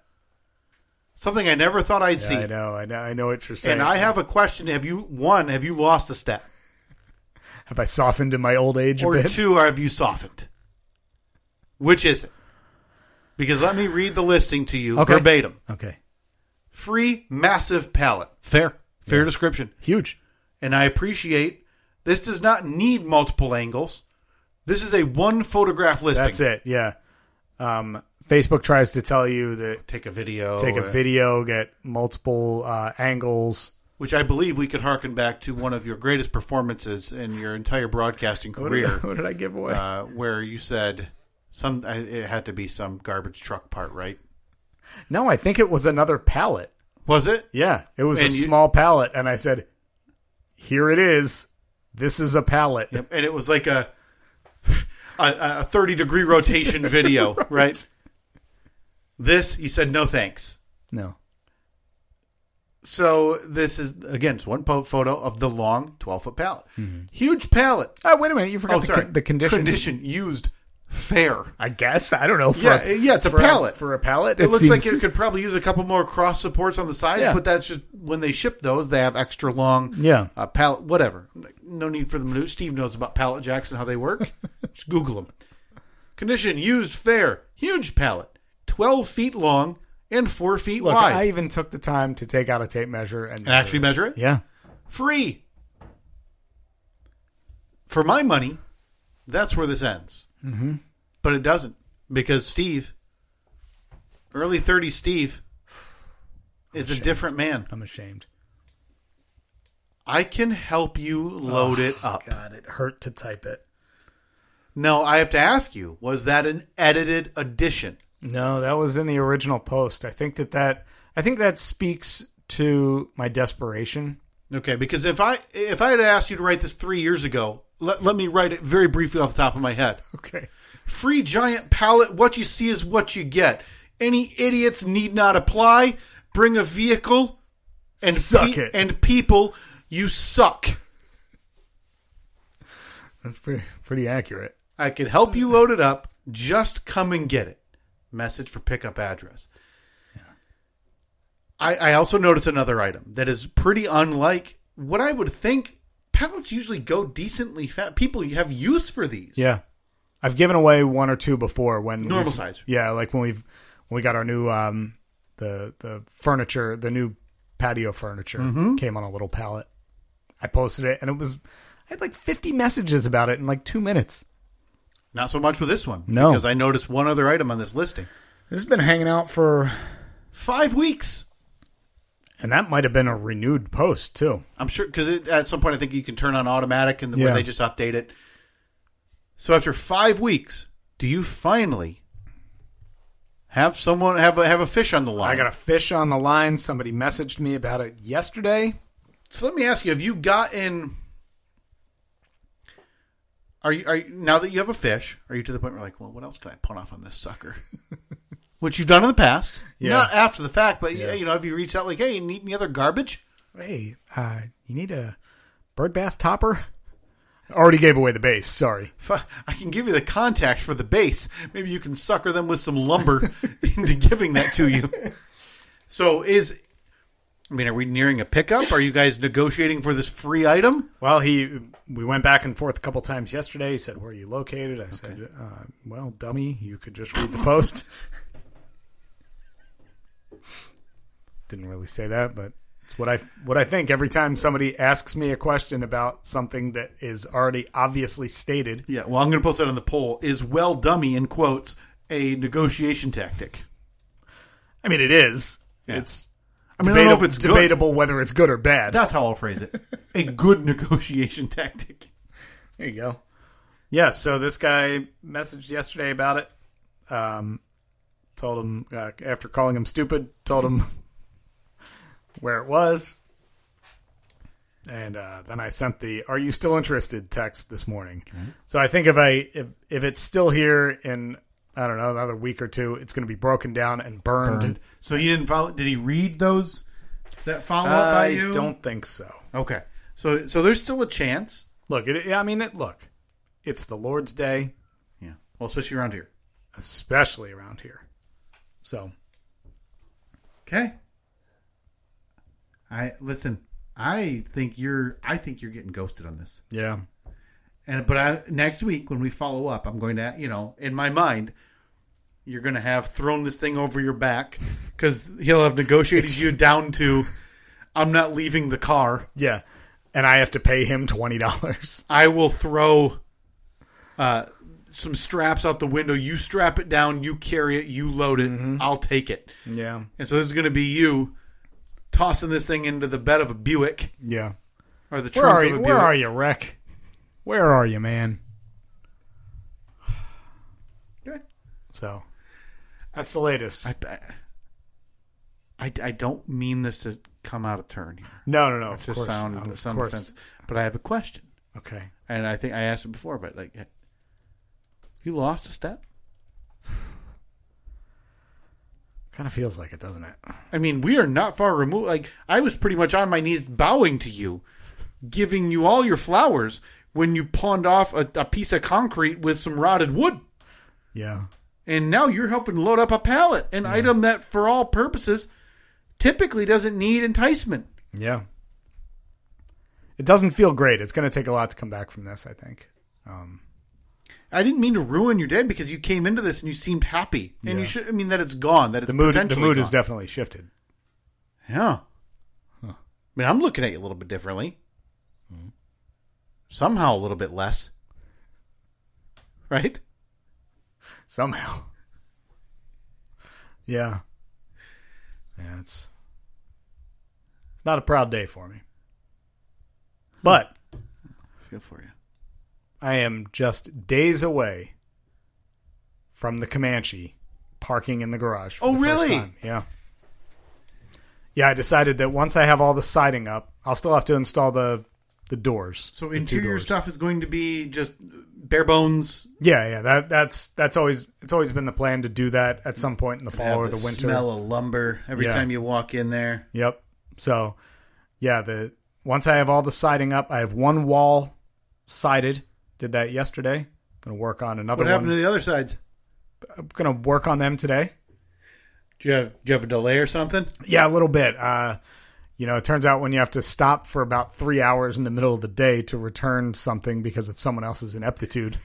S3: Something I never thought I'd see.
S4: I know, I know, I know what you're saying.
S3: And I have a question. Have you one? Have you lost a step,
S4: have I softened in my old age a
S3: or
S4: bit?
S3: two? Or have you softened? Which is it? Because let me read the listing to you
S4: Okay.
S3: verbatim.
S4: Okay.
S3: Free massive pallet. Fair, fair description.
S4: Huge.
S3: And I appreciate this does not need multiple angles. This is a one photograph listing.
S4: That's it. Yeah. Um, Facebook tries to tell you that
S3: Take a video.
S4: take a
S3: uh,
S4: video, get multiple uh, angles.
S3: Which I believe we could harken back to one of your greatest performances in your entire broadcasting
S4: Oh,
S3: career.
S4: I give away?
S3: uh, where you said some I- it had to be some garbage truck part, right?
S4: no, I think it was another pallet.
S3: Was it?
S4: Yeah, it was a
S3: And you-
S4: small pallet, and I said, "Here it is. This is a pallet."
S3: Yep. And it was like a a, a thirty degree rotation video, right. This you said no thanks.
S4: No.
S3: So this is again it's one po- photo of the long twelve foot pallet, huge pallet.
S4: Oh, wait a minute. You Mm-hmm. forgot
S3: Oh,
S4: the,
S3: sorry,
S4: con- the condition.
S3: condition used fair.
S4: I guess I don't know. For
S3: Yeah,
S4: a,
S3: yeah, it's a
S4: for
S3: pallet.
S4: for a pallet.
S3: It, looks like
S4: seems-
S3: it could probably use a couple more cross supports on the sides,
S4: Yeah.
S3: but that's just when they ship those, they have extra long
S4: Yeah.
S3: uh, pallet, whatever. No need for them to. Steve knows about pallet jacks and how they work. just Google them. Condition used fair, huge pallet, 12 feet long and 4 feet
S4: Look,
S3: wide.
S4: I even took the time to take out a tape measure and,
S3: and actually measure it?
S4: Yeah,
S3: Free. For my money, that's where this ends. Mm-hmm. But it doesn't because Steve, early 30s Steve, is a different man.
S4: I'm ashamed.
S3: I can help you load it up.
S4: God, it hurt to type it.
S3: No, I have to ask you, was that an edited edition?
S4: No, that was in the original post. I think that that I think that speaks to my desperation.
S3: Okay, because if I if I had asked you to write this three years ago, let, let me write it very briefly off the top of my head.
S4: Okay.
S3: Free giant palette, what you see is what you get. Any idiots need not apply. Bring a vehicle and
S2: Suck
S3: pe-
S2: it.
S3: and people. You suck.
S4: That's pretty, pretty accurate.
S3: I can help you load it up. Just come and get it. Message for pickup address. I, I also notice another item that is pretty unlike what I would think. Pallets usually go decently fast. People have use for these.
S4: Yeah, I've given away one or two before when we-
S3: Normal size.
S4: Yeah, like when we've when we got our new um the the furniture, the new patio furniture
S2: Mhm.
S4: came on a little pallet. I posted it and it was I had like 50 messages about it in like 2 minutes.
S3: Not so much with this one.
S4: No.
S3: Because I noticed one other item on this listing.
S4: This has been hanging out for
S3: 5 weeks.
S4: And that might have been a renewed post too.
S3: I'm sure because at some point I think you can turn on automatic and where
S4: Yeah.
S3: they just update it. So after five weeks, do you finally have someone have a, have a fish on the line?
S4: I got a fish on the line. Somebody messaged me about it yesterday.
S3: So let me ask you: Have you gotten? Are you, are you now that you have a fish? Are you to the point where like, well, what else can I punt off on this sucker? Which you've done in the past,
S4: Yeah.
S3: not after the fact, but yeah. you know, have you reached out like, hey, you need any other garbage?
S4: Hey, uh, you need a bird bath topper? Already gave away the base. Sorry.
S3: If I, I can give you the contact for the base. Maybe you can sucker them with some lumber into giving that to you. So is, I mean, are we nearing a pickup? Are you guys negotiating for this free item?
S4: Well, he we went back and forth a couple times yesterday. He said, "Where are you located?" I said, uh, "Well, dummy, you could just read the post." Didn't really say that, but it's what I what I think every time somebody asks me a question about something that is already obviously stated.
S3: Yeah. Well, I'm going to post that on the poll. Is well dummy in quotes a negotiation tactic?
S4: I mean, it is.
S3: Yeah.
S4: It's
S3: I mean, I don't know if
S4: debatable-
S3: it's good.
S4: debatable whether it's good or bad.
S3: That's how I'll phrase it. A good negotiation tactic.
S4: There you go. Yeah, so this guy messaged yesterday about it. Um, told him uh, after calling him stupid, told him where it was, and uh, then I sent the "Are you still interested?" text this morning. So I think if I if if it's still here in I don't know another week or two, it's going to be broken down and burned.
S3: Burned. So he didn't follow. Did he read those that follow up by
S4: I
S3: you?
S4: don't think so.
S3: Okay. So so there's still a chance.
S4: Look, it, I mean, it, look, it's the Lord's day.
S3: Yeah. Well, especially around here.
S4: especially around here. So
S3: Okay. I listen. I think you're. I think you're getting ghosted on this.
S4: yeah,
S3: And but I, next week when we follow up, I'm going to. You know, in my mind, you're going to have thrown this thing over your back because he'll have negotiated you down to. I'm not leaving the car.
S4: yeah, and I have to pay him twenty dollars.
S3: I will throw uh, some straps out the window. You strap it down. You carry it. You load it. I'll take it.
S4: Yeah,
S3: And so this is going to be you tossing this thing into the bed of a Buick
S4: yeah.
S3: or the trunk
S4: Where are
S3: of a
S4: you?
S3: Buick.
S4: Where are you, wreck? Where are you, man?
S3: Okay.
S4: So that's the latest.
S3: I, I, I don't mean this to come out of turn here.
S4: no, no, no. Of
S3: to
S4: course,
S3: sound
S4: not, of
S3: sound
S4: course.
S3: offensive, but I have a question,
S4: Okay.
S3: and I think I asked it before, but like, have you lost a step?
S4: Kind of feels like it, doesn't it?
S3: I mean, we are not far removed. Like, I was pretty much on my knees bowing to you, giving you all your flowers when you pawned off a, a piece of concrete with some rotted wood.
S4: Yeah.
S3: and now you're helping load up a pallet, an item that, for all purposes, typically doesn't need enticement.
S4: Yeah. It doesn't feel great. It's going to take a lot to come back from this. I think. Um,
S3: I didn't mean to ruin your day because you came into this and you seemed happy, and you
S4: Yeah.
S3: should. I mean that it's gone. That it's
S4: the mood. The
S3: potentially
S4: mood is
S3: gone.
S4: definitely shifted.
S3: Yeah. I mean, I'm looking at you a little bit differently. Somehow, a little bit less. Right?
S4: somehow. Yeah. Yeah, it's it's not a proud day for me. But
S3: Feel for you.
S4: I am just days away from the Comanche parking in the garage. for
S3: Oh,
S4: the first
S3: really?
S4: time. Yeah. Yeah, I decided that once I have all the siding up, I'll still have to install the the doors.
S3: So
S4: the two
S3: interior
S4: doors.
S3: stuff is going to be just bare bones.
S4: Yeah, yeah. That that's that's always it's always been the plan to do that at some point in the fall
S3: have
S4: or
S3: the
S4: the winter.
S3: smell of lumber every
S4: Yeah.
S3: time you walk in there.
S4: Yep. So, yeah, the once I have all the siding up, I have one wall sided. Did that yesterday. Going to work on another
S3: what happened
S4: one.
S3: to the other sides?
S4: I'm going to work on them today.
S3: Do you have do you have a delay or something?
S4: Yeah, a little bit. Uh, you know, it turns out when you have to stop for about three hours in the middle of the day to return something because of someone else's ineptitude.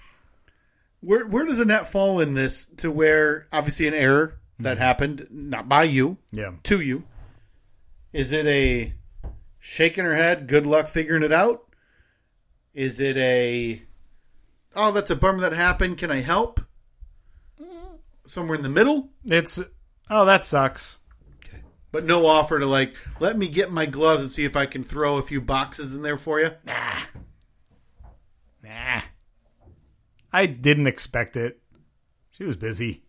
S3: Where where does Annette fall in this? To where obviously an error that happened, not by you,
S4: Yeah.
S3: to you. Is it a shaking her head? Good luck figuring it out. Is it a oh that's a bummer that happened? Can I help? Somewhere in the middle,
S4: It's oh that sucks.
S3: but no offer to like let me get my gloves and see if I can throw a few boxes in there for you.
S4: Nah. Nah. I didn't expect it. She was busy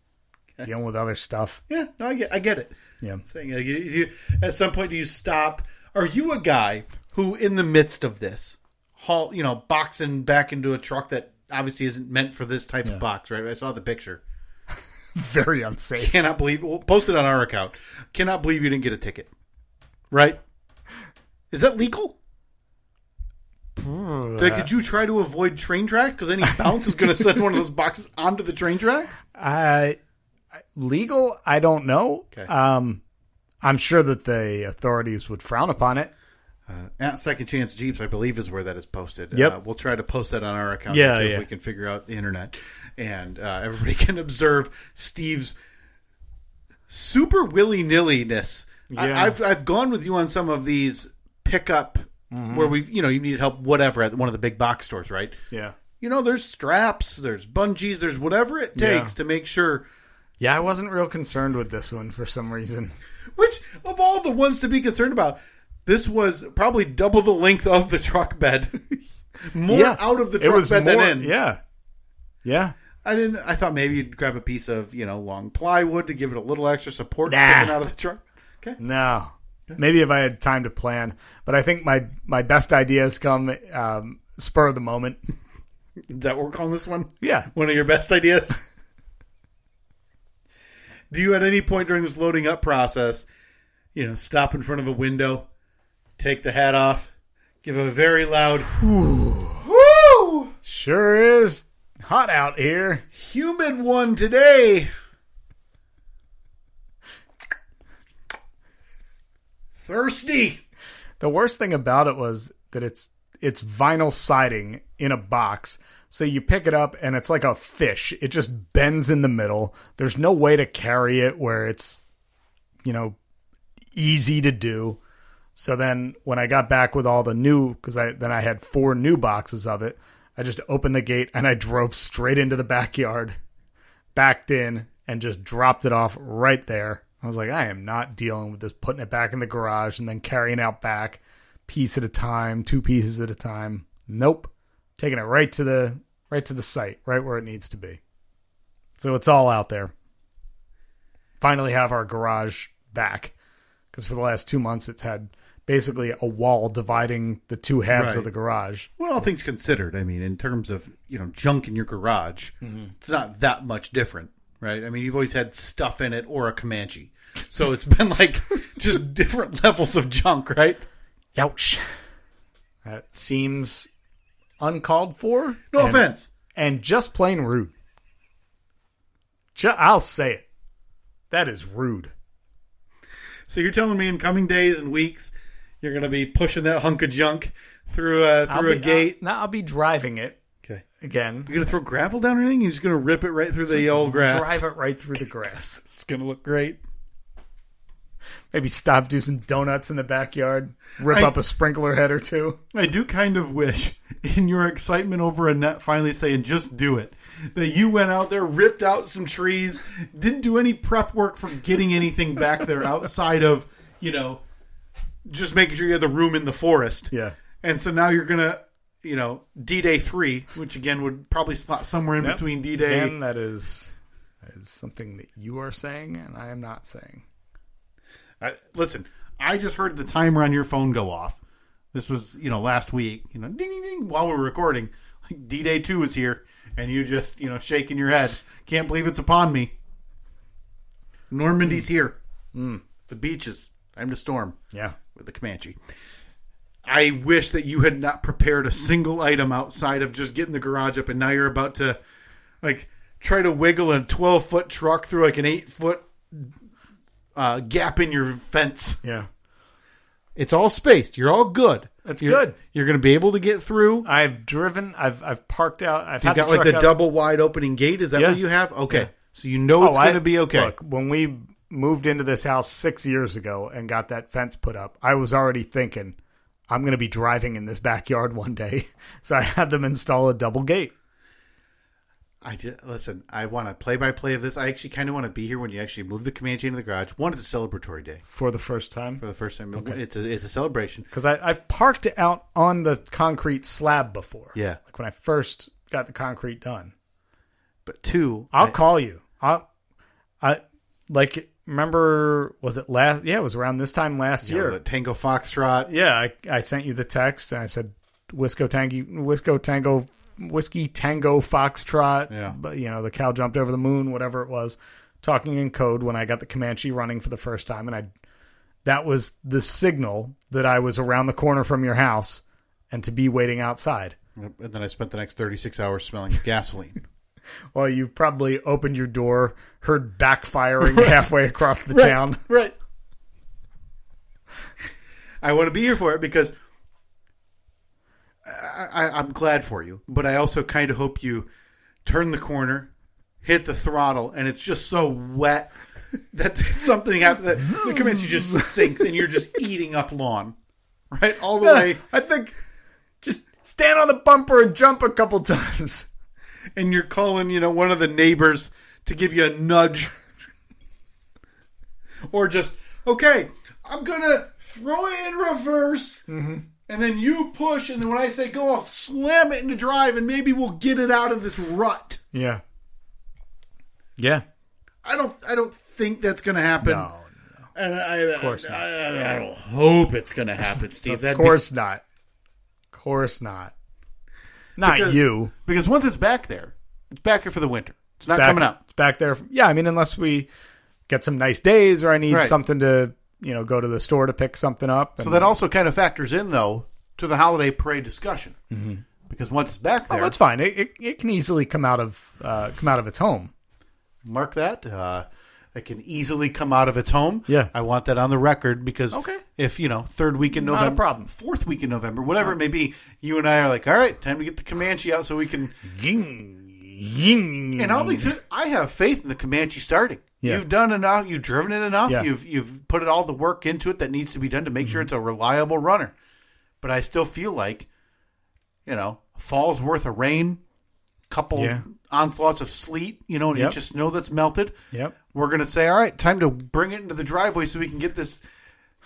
S4: dealing with other stuff.
S3: Yeah, no, I get I get it.
S4: Yeah.
S3: saying like, you, you, at some point do you stop are you a guy who in the midst of this haul you know boxing back into a truck that obviously isn't meant for this type of box right i saw the picture
S4: Very unsafe.
S3: cannot believe well, post it on our account cannot believe you didn't get a ticket right is that legal like, did you try to avoid train tracks? Because any bounce is going to send one of those boxes onto the train tracks.
S4: I legal? I don't know.
S3: Okay.
S4: Um, I'm sure that the authorities would frown upon it.
S3: Uh, at Second Chance Jeeps, I believe, is where that is posted.
S4: Yep.
S3: Uh, we'll try to post that on our account
S4: Yeah,
S3: too,
S4: yeah.
S3: if we can figure out the internet. And uh, everybody can observe Steve's super willy nilliness.
S4: Yeah.
S3: I've, I've gone with you on some of these pickup
S4: Mm-hmm.
S3: where we, you know, you need help, whatever, at one of the big box stores, right?
S4: Yeah.
S3: You know, there's straps, there's bungees, there's whatever it
S4: Yeah.
S3: takes to make sure.
S4: Yeah, I wasn't real concerned with this one for some reason.
S3: Which, of all the ones to be concerned about, this was probably double the length of the truck bed. more
S4: yeah.
S3: out of the
S4: It
S3: truck
S4: was
S3: bed
S4: more-
S3: than in.
S4: Yeah. Yeah.
S3: I didn't. I thought maybe you'd grab a piece of you know long plywood to give it a little extra support
S4: Nah.
S3: sticking out of the truck.
S4: No. Maybe if I had time to plan, but I think my my best ideas come um, spur of the moment.
S3: Is that what we're calling this one?
S4: Yeah.
S3: One of your best ideas. Do you at any point during this loading up process, you know, stop in front of a window, take the hat off, give a very loud woo
S4: Sure is hot out here.
S3: human one today. Thirsty.
S4: The worst thing about it was that it's it's vinyl siding in a box. So you pick it up and it's like a fish. It just bends in the middle. There's no way to carry it where it's you know easy to do. So then when I got back with all the new cuz I then I had four new boxes of it, I just opened the gate and I drove straight into the backyard, backed in and just dropped it off right there. I was like, I am not dealing with this putting it back in the garage and then carrying out back piece at a time, two pieces at a time. Nope. Taking it right to the right to the site, right where it needs to be. So it's all out there. Finally have our garage back because for the last 2 months it's had basically a wall dividing the two halves of
S3: Right.
S4: the garage.
S3: Well, all things considered, I mean, in terms of you know junk in your garage, it's not that much different, right? I mean, you've always had stuff in it or a Comanche, so it's been like just different levels of junk, right?
S4: Youch. That seems uncalled for.
S3: No
S4: and,
S3: offense.
S4: And just plain rude. Ju- I'll say it. That is rude.
S3: So you're telling me in coming days and weeks, you're going to be pushing that hunk of junk through a
S4: I'll
S3: through a
S4: be- uh,
S3: gate?
S4: I'll, no, I'll be driving it
S3: okay.
S4: again.
S3: You're going to throw gravel down or anything? You're just going to rip it right through the old grass.
S4: Drive it right through the grass.
S3: It's going to look great.
S4: Maybe stop, do some donuts in the backyard. Rip
S3: I-
S4: up a sprinkler head or two.
S3: I do kind of wish, in your excitement over a net finally saying, just do it, that you went out there, ripped out some trees, didn't do any prep work for getting anything back there outside of, you know, just making sure you had the room in the forest.
S4: Yeah.
S3: And so now you're going to, you know, D Day 3, which again would probably slot somewhere in between D
S4: Dan,
S3: Day.
S4: that is, that is something that you are saying and I am not saying.
S3: Listen, I just heard the timer on your phone go off. This was, you know, last week, you know, ding, ding, ding, while we were recording. Like, D Day 2 is here, and you just, you know, shaking your head. Can't believe it's upon me. Normandy's here. Mm. The beaches. Time to storm.
S4: Yeah.
S3: With the Comanche. I wish that you had not prepared a single item outside of just getting the garage up, and now you're about to, like, try to wiggle a 12 foot truck through, like, an 8 foot uh, gap in your fence.
S4: Yeah.
S3: It's all spaced. You're all good.
S4: That's
S3: You're-
S4: good.
S3: You're going to be able to get through.
S4: I've driven. I've I've parked out. I've had
S3: You've got
S4: the
S3: like
S4: truck
S3: the
S4: out-
S3: double wide opening gate. Is that
S4: Yeah.
S3: what you have? Okay.
S4: Yeah.
S3: So you know it's
S4: Oh, I-
S3: going to be okay.
S4: Look, when we moved into this house six years ago and got that fence put up, I was already thinking I'm going to be driving in this backyard one day. So I had them install a double gate.
S3: I just, listen, I want a play by play of this. I actually kind of want to be here when you actually move the Comanche into the garage. One, it's a celebratory day
S4: for the first time
S3: for the first time. It's, a, it's a celebration.
S4: because I've parked out on the concrete slab before.
S3: Yeah.
S4: Like when I first got the concrete done.
S3: But two,
S4: I'll
S3: I-
S4: call you. I'll, I like remember was it last? Yeah, it was around this time last
S3: you know,
S4: year.
S3: the Tango Foxtrot.
S4: yeah, I, I sent you the text and I said Wisco Tangy Wisco Tango Whiskey Tango Foxtrot.
S3: Yeah.
S4: But you know, the cow jumped over the moon, whatever it was, talking in code when I got the Comanche running for the first time and I that was the signal that I was around the corner from your house and to be waiting outside.
S3: And then I spent the next 36 hours smelling gasoline.
S4: Well, you probably opened your door, heard backfiring halfway across the town.
S3: Right. I want to be here for it because I, I, I'm glad for you, but I also kind of hope you turn the corner, hit the throttle, and it's just so wet that something happens. That the Comanche just sinks, and you're just eating up lawn, right, all the way,
S4: I think just stand on the bumper and jump a couple times.
S3: and you're calling, you know, one of the neighbors to give you a nudge, or just okay, I'm gonna throw it in reverse. and then you push, and then when I say go, I'll slam it into drive, and maybe we'll get it out of this rut.
S4: Yeah. Yeah.
S3: I don't, I don't think that's going to happen.
S4: No,
S3: And I, of
S4: course not.
S3: I, I don't hope it's going to happen, Steve.
S4: of
S3: That'd be-
S4: course not. Of course not. Not
S3: Because-
S4: you.
S3: because once it's back there, it's back here for the winter. It's not
S4: back,
S3: coming out.
S4: It's back there. Yeah, I mean, unless we get some nice days, or I need
S3: Right.
S4: something to, you know, go to the store to pick something up.
S3: So
S4: and-
S3: that also kind of factors in, though, to the holiday parade discussion. Because once it's back
S4: Oh,
S3: there,
S4: that's fine. It, it, it can easily come out of uh, come out of its home.
S3: mark that. Uh, it can easily come out of its home.
S4: Yeah.
S3: I want that on the record because
S4: Okay.
S3: if, you know, third week in
S4: Not a
S3: November,
S4: problem.
S3: fourth week in November, whatever it may be, you and I are like, all right, time to get the Comanche out so we can. And all these, I have faith in the Comanche starting.
S4: Yeah.
S3: You've done enough. You've driven it enough.
S4: Yeah. Mm-hmm.
S3: You've you've put all the work into it that needs to be done to make sure it's a reliable runner. But I still feel like, you know, a fall's worth of rain, couple
S4: Yeah.
S3: onslaughts of sleet, you know, an
S4: Yep.
S3: inch of snow that's melted.
S4: Yep.
S3: We're gonna say, all right, time to bring it into the driveway so we can get this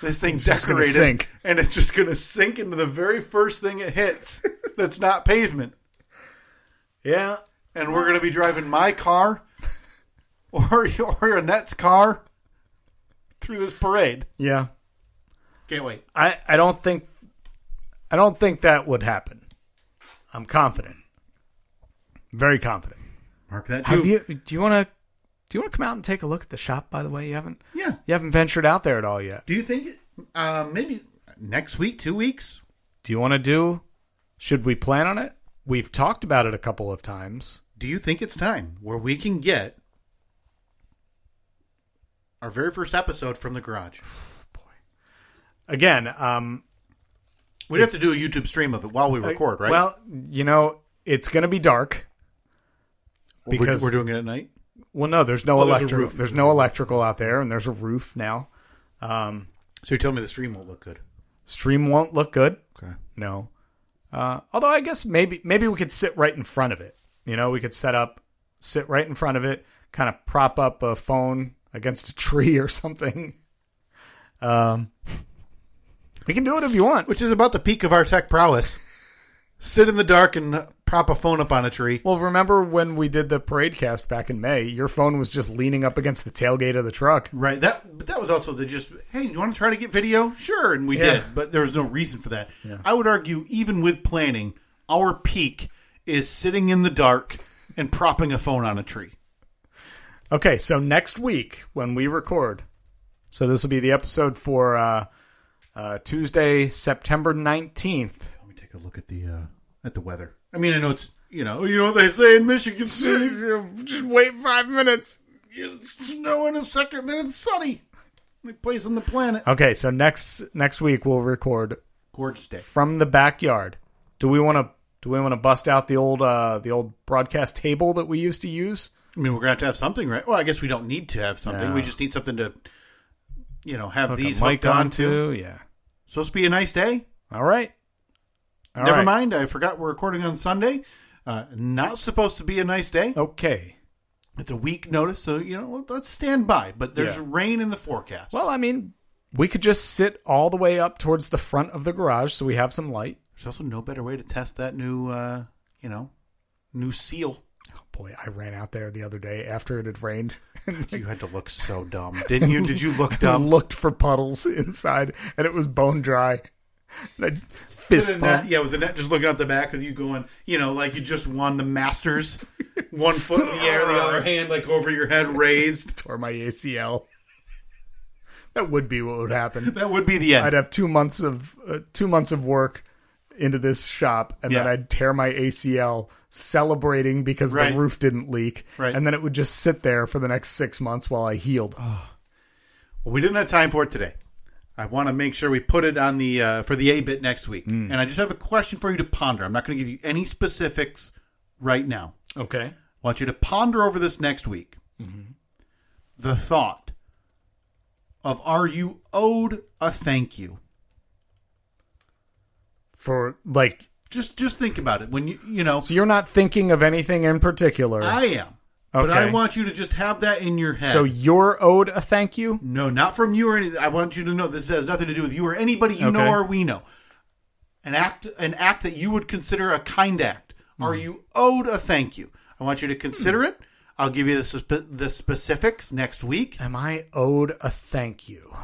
S3: this thing
S4: just gonna
S3: decorated,
S4: sink.
S3: and it's just gonna sink into the very first thing it hits that's not pavement
S4: Yeah.
S3: and we're going to be driving my car or or Annette's car through this parade.
S4: Yeah.
S3: Can't wait.
S4: I, I don't think I don't think that would happen. I'm confident. Very confident.
S3: Mark that
S4: Have you do you wanna do you wanna come out and take a look at the shop by the way? You haven't
S3: yeah.
S4: you haven't ventured out there at all yet.
S3: Do you think uh, maybe next week, two weeks?
S4: Do you wanna do should we plan on it? We've talked about it a couple of times.
S3: Do you think it's time where we can get our very first episode from the garage?
S4: Again, um
S3: We'd have to do a YouTube stream of it while we record, right?
S4: well, you know, it's gonna be dark.
S3: We're-
S4: because-
S3: we're, doing it at night.
S4: Well no, there's no
S3: Oh, there's a
S4: electrical
S3: roof.
S4: there's no electrical out there and there's a roof now. Um
S3: So you're telling me the stream won't look good?
S4: stream won't look good.
S3: Okay.
S4: No. Uh, although I guess maybe maybe we could sit right in front of it. You know, we could set up, sit right in front of it, kind of prop up a phone against a tree or something. Um, we can do it if you want.
S3: Which is about the peak of our tech prowess. Sit in the dark and prop a phone up on a tree.
S4: Well, remember when we did the parade cast back in May? Your phone was just leaning up against the tailgate of the truck.
S3: Right. That but that was also the just hey, you want to try to get video? Sure, and we
S4: Yeah.
S3: did, but there was no reason for that. I would argue even with planning, our peak is sitting in the dark and propping a phone on a tree.
S4: Okay, so next week when we record, so this will be the episode for uh, uh, Tuesday, September nineteenth.
S3: Let me take a look at the uh, at the weather. I mean, I know it's you know you know what they say in Michigan. Steve?
S4: Just wait five minutes.
S3: It's snow in a second, then it's sunny. Like place on the planet.
S4: Okay, so next next week we'll record
S3: Gorgeous day.
S4: from the backyard. Do we want to? Do we want to bust out the old uh, the old broadcast table that we used to use?
S3: I mean, we're gonna have to have something, right? Well, I guess we don't need to have something.
S4: No.
S3: We just need something to, you know, have
S4: Hook a
S3: these
S4: mic
S3: hooked onto.
S4: onto, yeah.
S3: Supposed to be a nice day.
S4: All right. All
S3: Never
S4: right.
S3: mind. I forgot we're recording on Sunday. Uh, not supposed to be a nice day.
S4: Okay.
S3: It's a week notice, so you know let's stand by. But there's
S4: Yeah.
S3: rain in the forecast.
S4: Well, I mean, we could just sit all the way up towards the front of the garage so we have some light.
S3: There's also no better way to test that new, uh, you know, new seal.
S4: Boy, I ran out there the other day after it had rained.
S3: You had to look so dumb, didn't you? Did you look dumb?
S4: looked for puddles inside, and it was bone dry. And I fist
S3: Was Annette-
S4: pumped.
S3: yeah, was Annette just looking out the back of you going, you know, like you just won the Masters, one foot in the air, the other hand like over your head raised.
S4: Tore my ACL. That would be what would happen.
S3: That would be the end.
S4: I'd have two months of uh, two months of work into this shop, and then
S3: Yeah.
S4: I'd tear my ACL celebrating because
S3: Right.
S4: the roof didn't leak,
S3: Right. Oh,
S4: and then it would just sit there for the next six months while I healed.
S3: Well, we didn't have time for it today. I want to make sure we put it on the uh, for the A bit next week.
S4: Mm.
S3: And I just have a question for you to ponder. I'm not going to give you any specifics right now.
S4: Okay.
S3: I want you to ponder over this next week.
S4: Mm-hmm.
S3: The thought of are you owed a thank you?
S4: For like,
S3: Just just think about it. When you you know
S4: so you're not thinking of anything in particular.
S3: I am. But I
S4: Okay.
S3: want you to just have that in your head.
S4: so you're owed a thank you.
S3: no, not from you or anything. I want you to know this has nothing to do with you or anybody you
S4: Okay.
S3: know or we know. An act, an act that you would consider a kind act.
S4: Hmm.
S3: Are you owed a thank you? I want you to consider it. I'll give you the, spe- the specifics next week.
S4: Am I owed a thank you?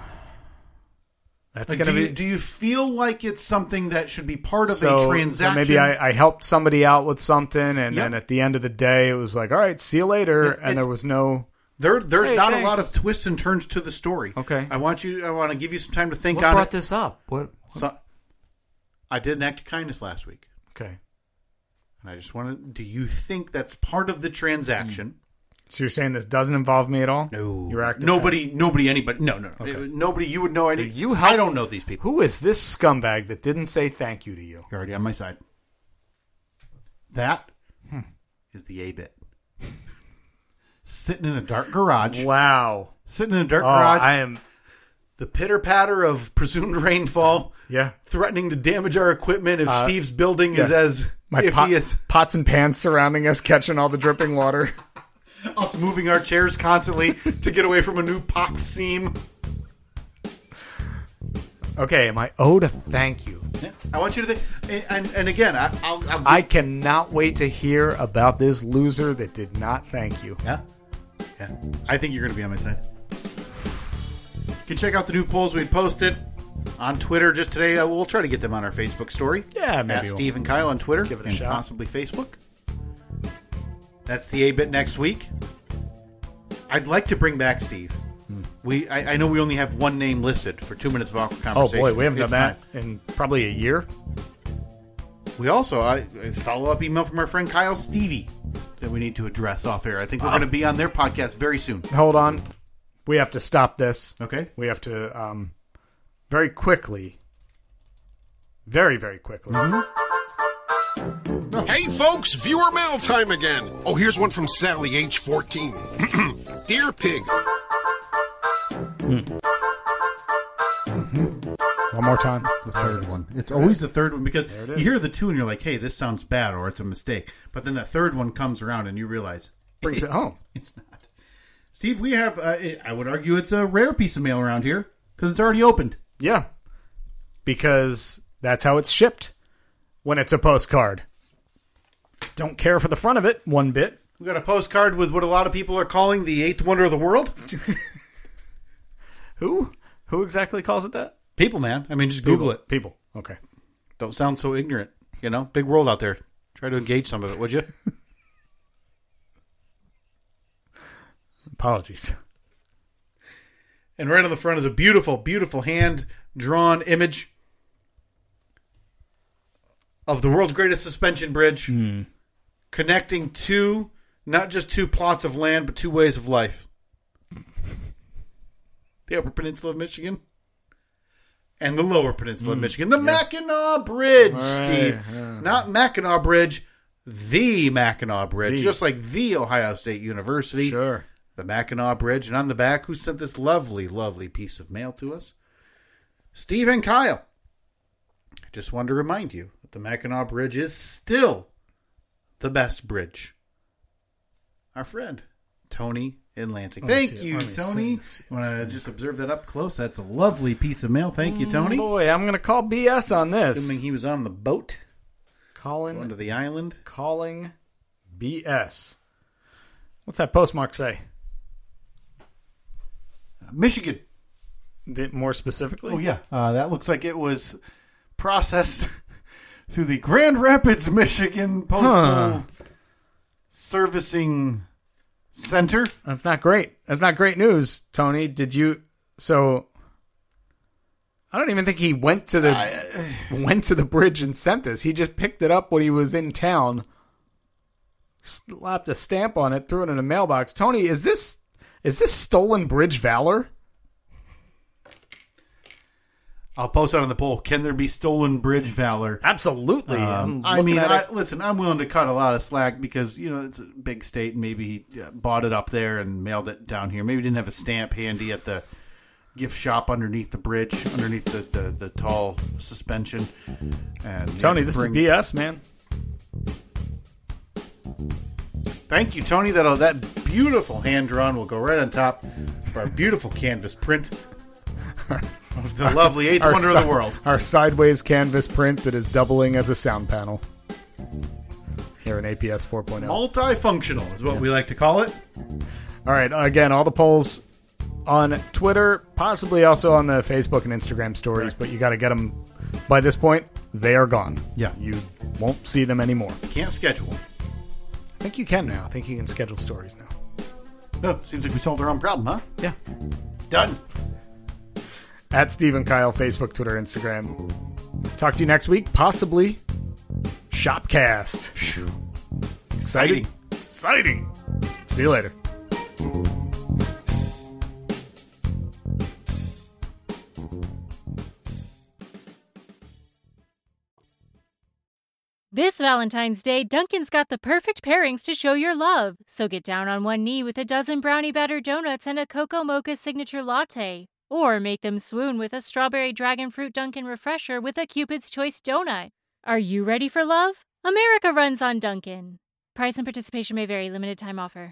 S4: That's
S3: Like,
S4: gonna
S3: do,
S4: be
S3: you, do you feel like it's something that should be part of
S4: so,
S3: a
S4: so
S3: transaction?
S4: maybe I, I helped somebody out with something, and
S3: Yep.
S4: then at the end of the day, it was like, all right, see you later,
S3: It-
S4: and there
S3: it's-
S4: was no.
S3: there, there's
S4: Hey,
S3: not a
S4: thanks.
S3: lot of twists and turns to the story.
S4: Okay.
S3: I want you. I want to give you some time to think on it.
S4: this up? What?
S3: So, I did an act of kindness last week.
S4: Okay.
S3: And I just want to. Do you think that's part of the transaction?
S4: So you're saying this doesn't involve me at all? You're acting.
S3: Nobody, nobody, anybody. No, no, no.
S4: Okay.
S3: nobody. You would know. Any,
S4: you
S3: I don't know these people.
S4: Who is this scumbag that didn't say thank you to you?
S3: You're already on my side. That
S4: Hmm.
S3: is the A bit. sitting in a dark garage.
S4: Wow.
S3: Sitting in a dark
S4: Oh,
S3: garage.
S4: I am.
S3: the pitter patter of presumed rainfall,
S4: Yeah.
S3: threatening to damage our equipment if
S4: Uh,
S3: Steve's building is
S4: yeah.
S3: as
S4: My
S3: iffy
S4: pot,
S3: as
S4: pots and pans surrounding us, catching all the dripping water.
S3: us moving our chairs constantly to get away from a new popped seam.
S4: Okay, am I owed a thank you?
S3: Yeah, I want you to think, and and, and again, I, I'll, I'll
S4: I cannot wait to hear about this loser that did not thank you.
S3: yeah, yeah. I think you're going to be on my side. You can check out the new polls we posted on Twitter just today. Uh, We'll try to get them on our Facebook story.
S4: Yeah,
S3: at
S4: maybe we'll
S3: Steve and Kyle on Twitter
S4: give it a
S3: and
S4: shot.
S3: possibly Facebook. That's the A bit next week. I'd like to bring back Steve. We I, I know we only have one name listed for two minutes of awkward
S4: Hmm. Oh
S3: conversation.
S4: boy, we haven't done
S3: It's
S4: that
S3: time.
S4: in probably a year.
S3: We also I, a follow up email from our friend Kyle Stevie that we need to address off air. I think we're going to be on their podcast very soon.
S4: Hold on, we have to stop this.
S3: Okay.
S4: We have to um, very quickly, very very quickly.
S3: Mm-hmm.
S7: Hey folks, viewer mail time again. Oh, here's one from Sally, age 14. Dear Pig,
S4: One more time.
S3: The third one. It's always the third one because you hear the two and you're like, "Hey, this sounds bad or it's a mistake." But then the third one comes around and you realize
S4: Brings it home.
S3: it's not. Steve, we have. Uh, I would argue it's a rare piece of mail around here because it's already opened.
S4: Yeah, because that's how it's shipped when it's a postcard. don't care for the front of it one bit.
S3: We got a postcard with what a lot of people are calling the eighth wonder of the world.
S4: Who? Who exactly calls it that?
S3: People, man. I mean, just Google it.
S4: People. Okay.
S3: Don't sound so ignorant. You know, big world out there. Try to engage some of it, would you?
S4: Apologies.
S3: And right on the front is a beautiful, beautiful hand drawn image of the world's greatest suspension bridge
S4: Hmm.
S3: connecting two, not just two plots of land, but two ways of life the Upper Peninsula of Michigan and the Lower Peninsula of Michigan. The Mackinac Bridge,
S4: Hmm. Right,
S3: Steve.
S4: yeah.
S3: Not Mackinac Bridge, the Mackinac Bridge,
S4: The.
S3: just like the Ohio State University. Sure. The Mackinac Bridge. And on the back, who sent this lovely, lovely piece of mail to us? Steve and Kyle. I just wanted to remind you that the Mackinac Bridge is still the best bridge. Our friend, Tony in Lansing.
S4: Let me
S3: Thank
S4: see it.
S3: you,
S4: Let me
S3: Tony.
S4: see it.
S3: Want to just observe that up close? That's a lovely piece of mail. Thank you, Tony.
S4: Boy, I'm going to call BS Mm, on this.
S3: Assuming he was on the boat
S4: Colin
S3: going to the island.
S4: calling BS. What's that postmark say?
S3: Michigan.
S4: Did- More specifically?
S3: Oh yeah, uh, that looks like it was processed through the Grand Rapids, Michigan Postal
S4: Huh.
S3: Servicing Center.
S4: That's not great. That's not great news, Tony. Did you? So, I don't even think he went to the
S3: uh,
S4: went to the bridge and sent this. He just picked it up when he was in town, slapped a stamp on it, threw it in a mailbox. Tony, is this is this stolen bridge valor?
S3: I'll post that on the poll. Can there be stolen bridge valor?
S4: Absolutely.
S3: Um,
S4: I'm
S3: I
S4: looking
S3: mean,
S4: at
S3: I,
S4: it.
S3: listen, I'm willing to cut a lot of slack because you know it's a big state, and maybe he uh, bought it up there and mailed it down here. Maybe he didn't have a stamp handy at the gift shop underneath the bridge, underneath the, the, the tall suspension. And he had
S4: Tony,
S3: to
S4: this
S3: bring-
S4: is BS, man.
S3: Thank you, Tony. That that beautiful hand drawn will go right on top of our beautiful canvas print of the lovely eighth
S4: Our
S3: wonder of
S4: si-
S3: the world.
S4: Our sideways canvas print that is doubling as a sound panel. Here in APS 4.0.
S3: Multifunctional is what we like to call it.
S4: All right. Again, all the polls on Twitter, possibly also on the Facebook and Instagram stories, but you got to get them by this point. They are gone.
S3: Yeah.
S4: You won't see them anymore.
S3: Can't schedule.
S4: I think you can now. I think you can schedule stories now.
S3: No, seems like we solved our own problem, huh?
S4: Yeah.
S3: Done.
S4: At Stephen Kyle, Facebook, Twitter, Instagram. Talk to you next week, possibly Shopcast. Exciting. Exciting. See you later.
S1: This Valentine's Day, Dunkin's got the perfect pairings to show your love. So get down on one knee with a dozen brownie batter donuts and a cocoa mocha signature latte. Or make them swoon with a strawberry dragon fruit Dunkin' refresher with a Cupid's Choice donut. Are you ready for love? America runs on Dunkin'. Price and participation may vary, limited time offer.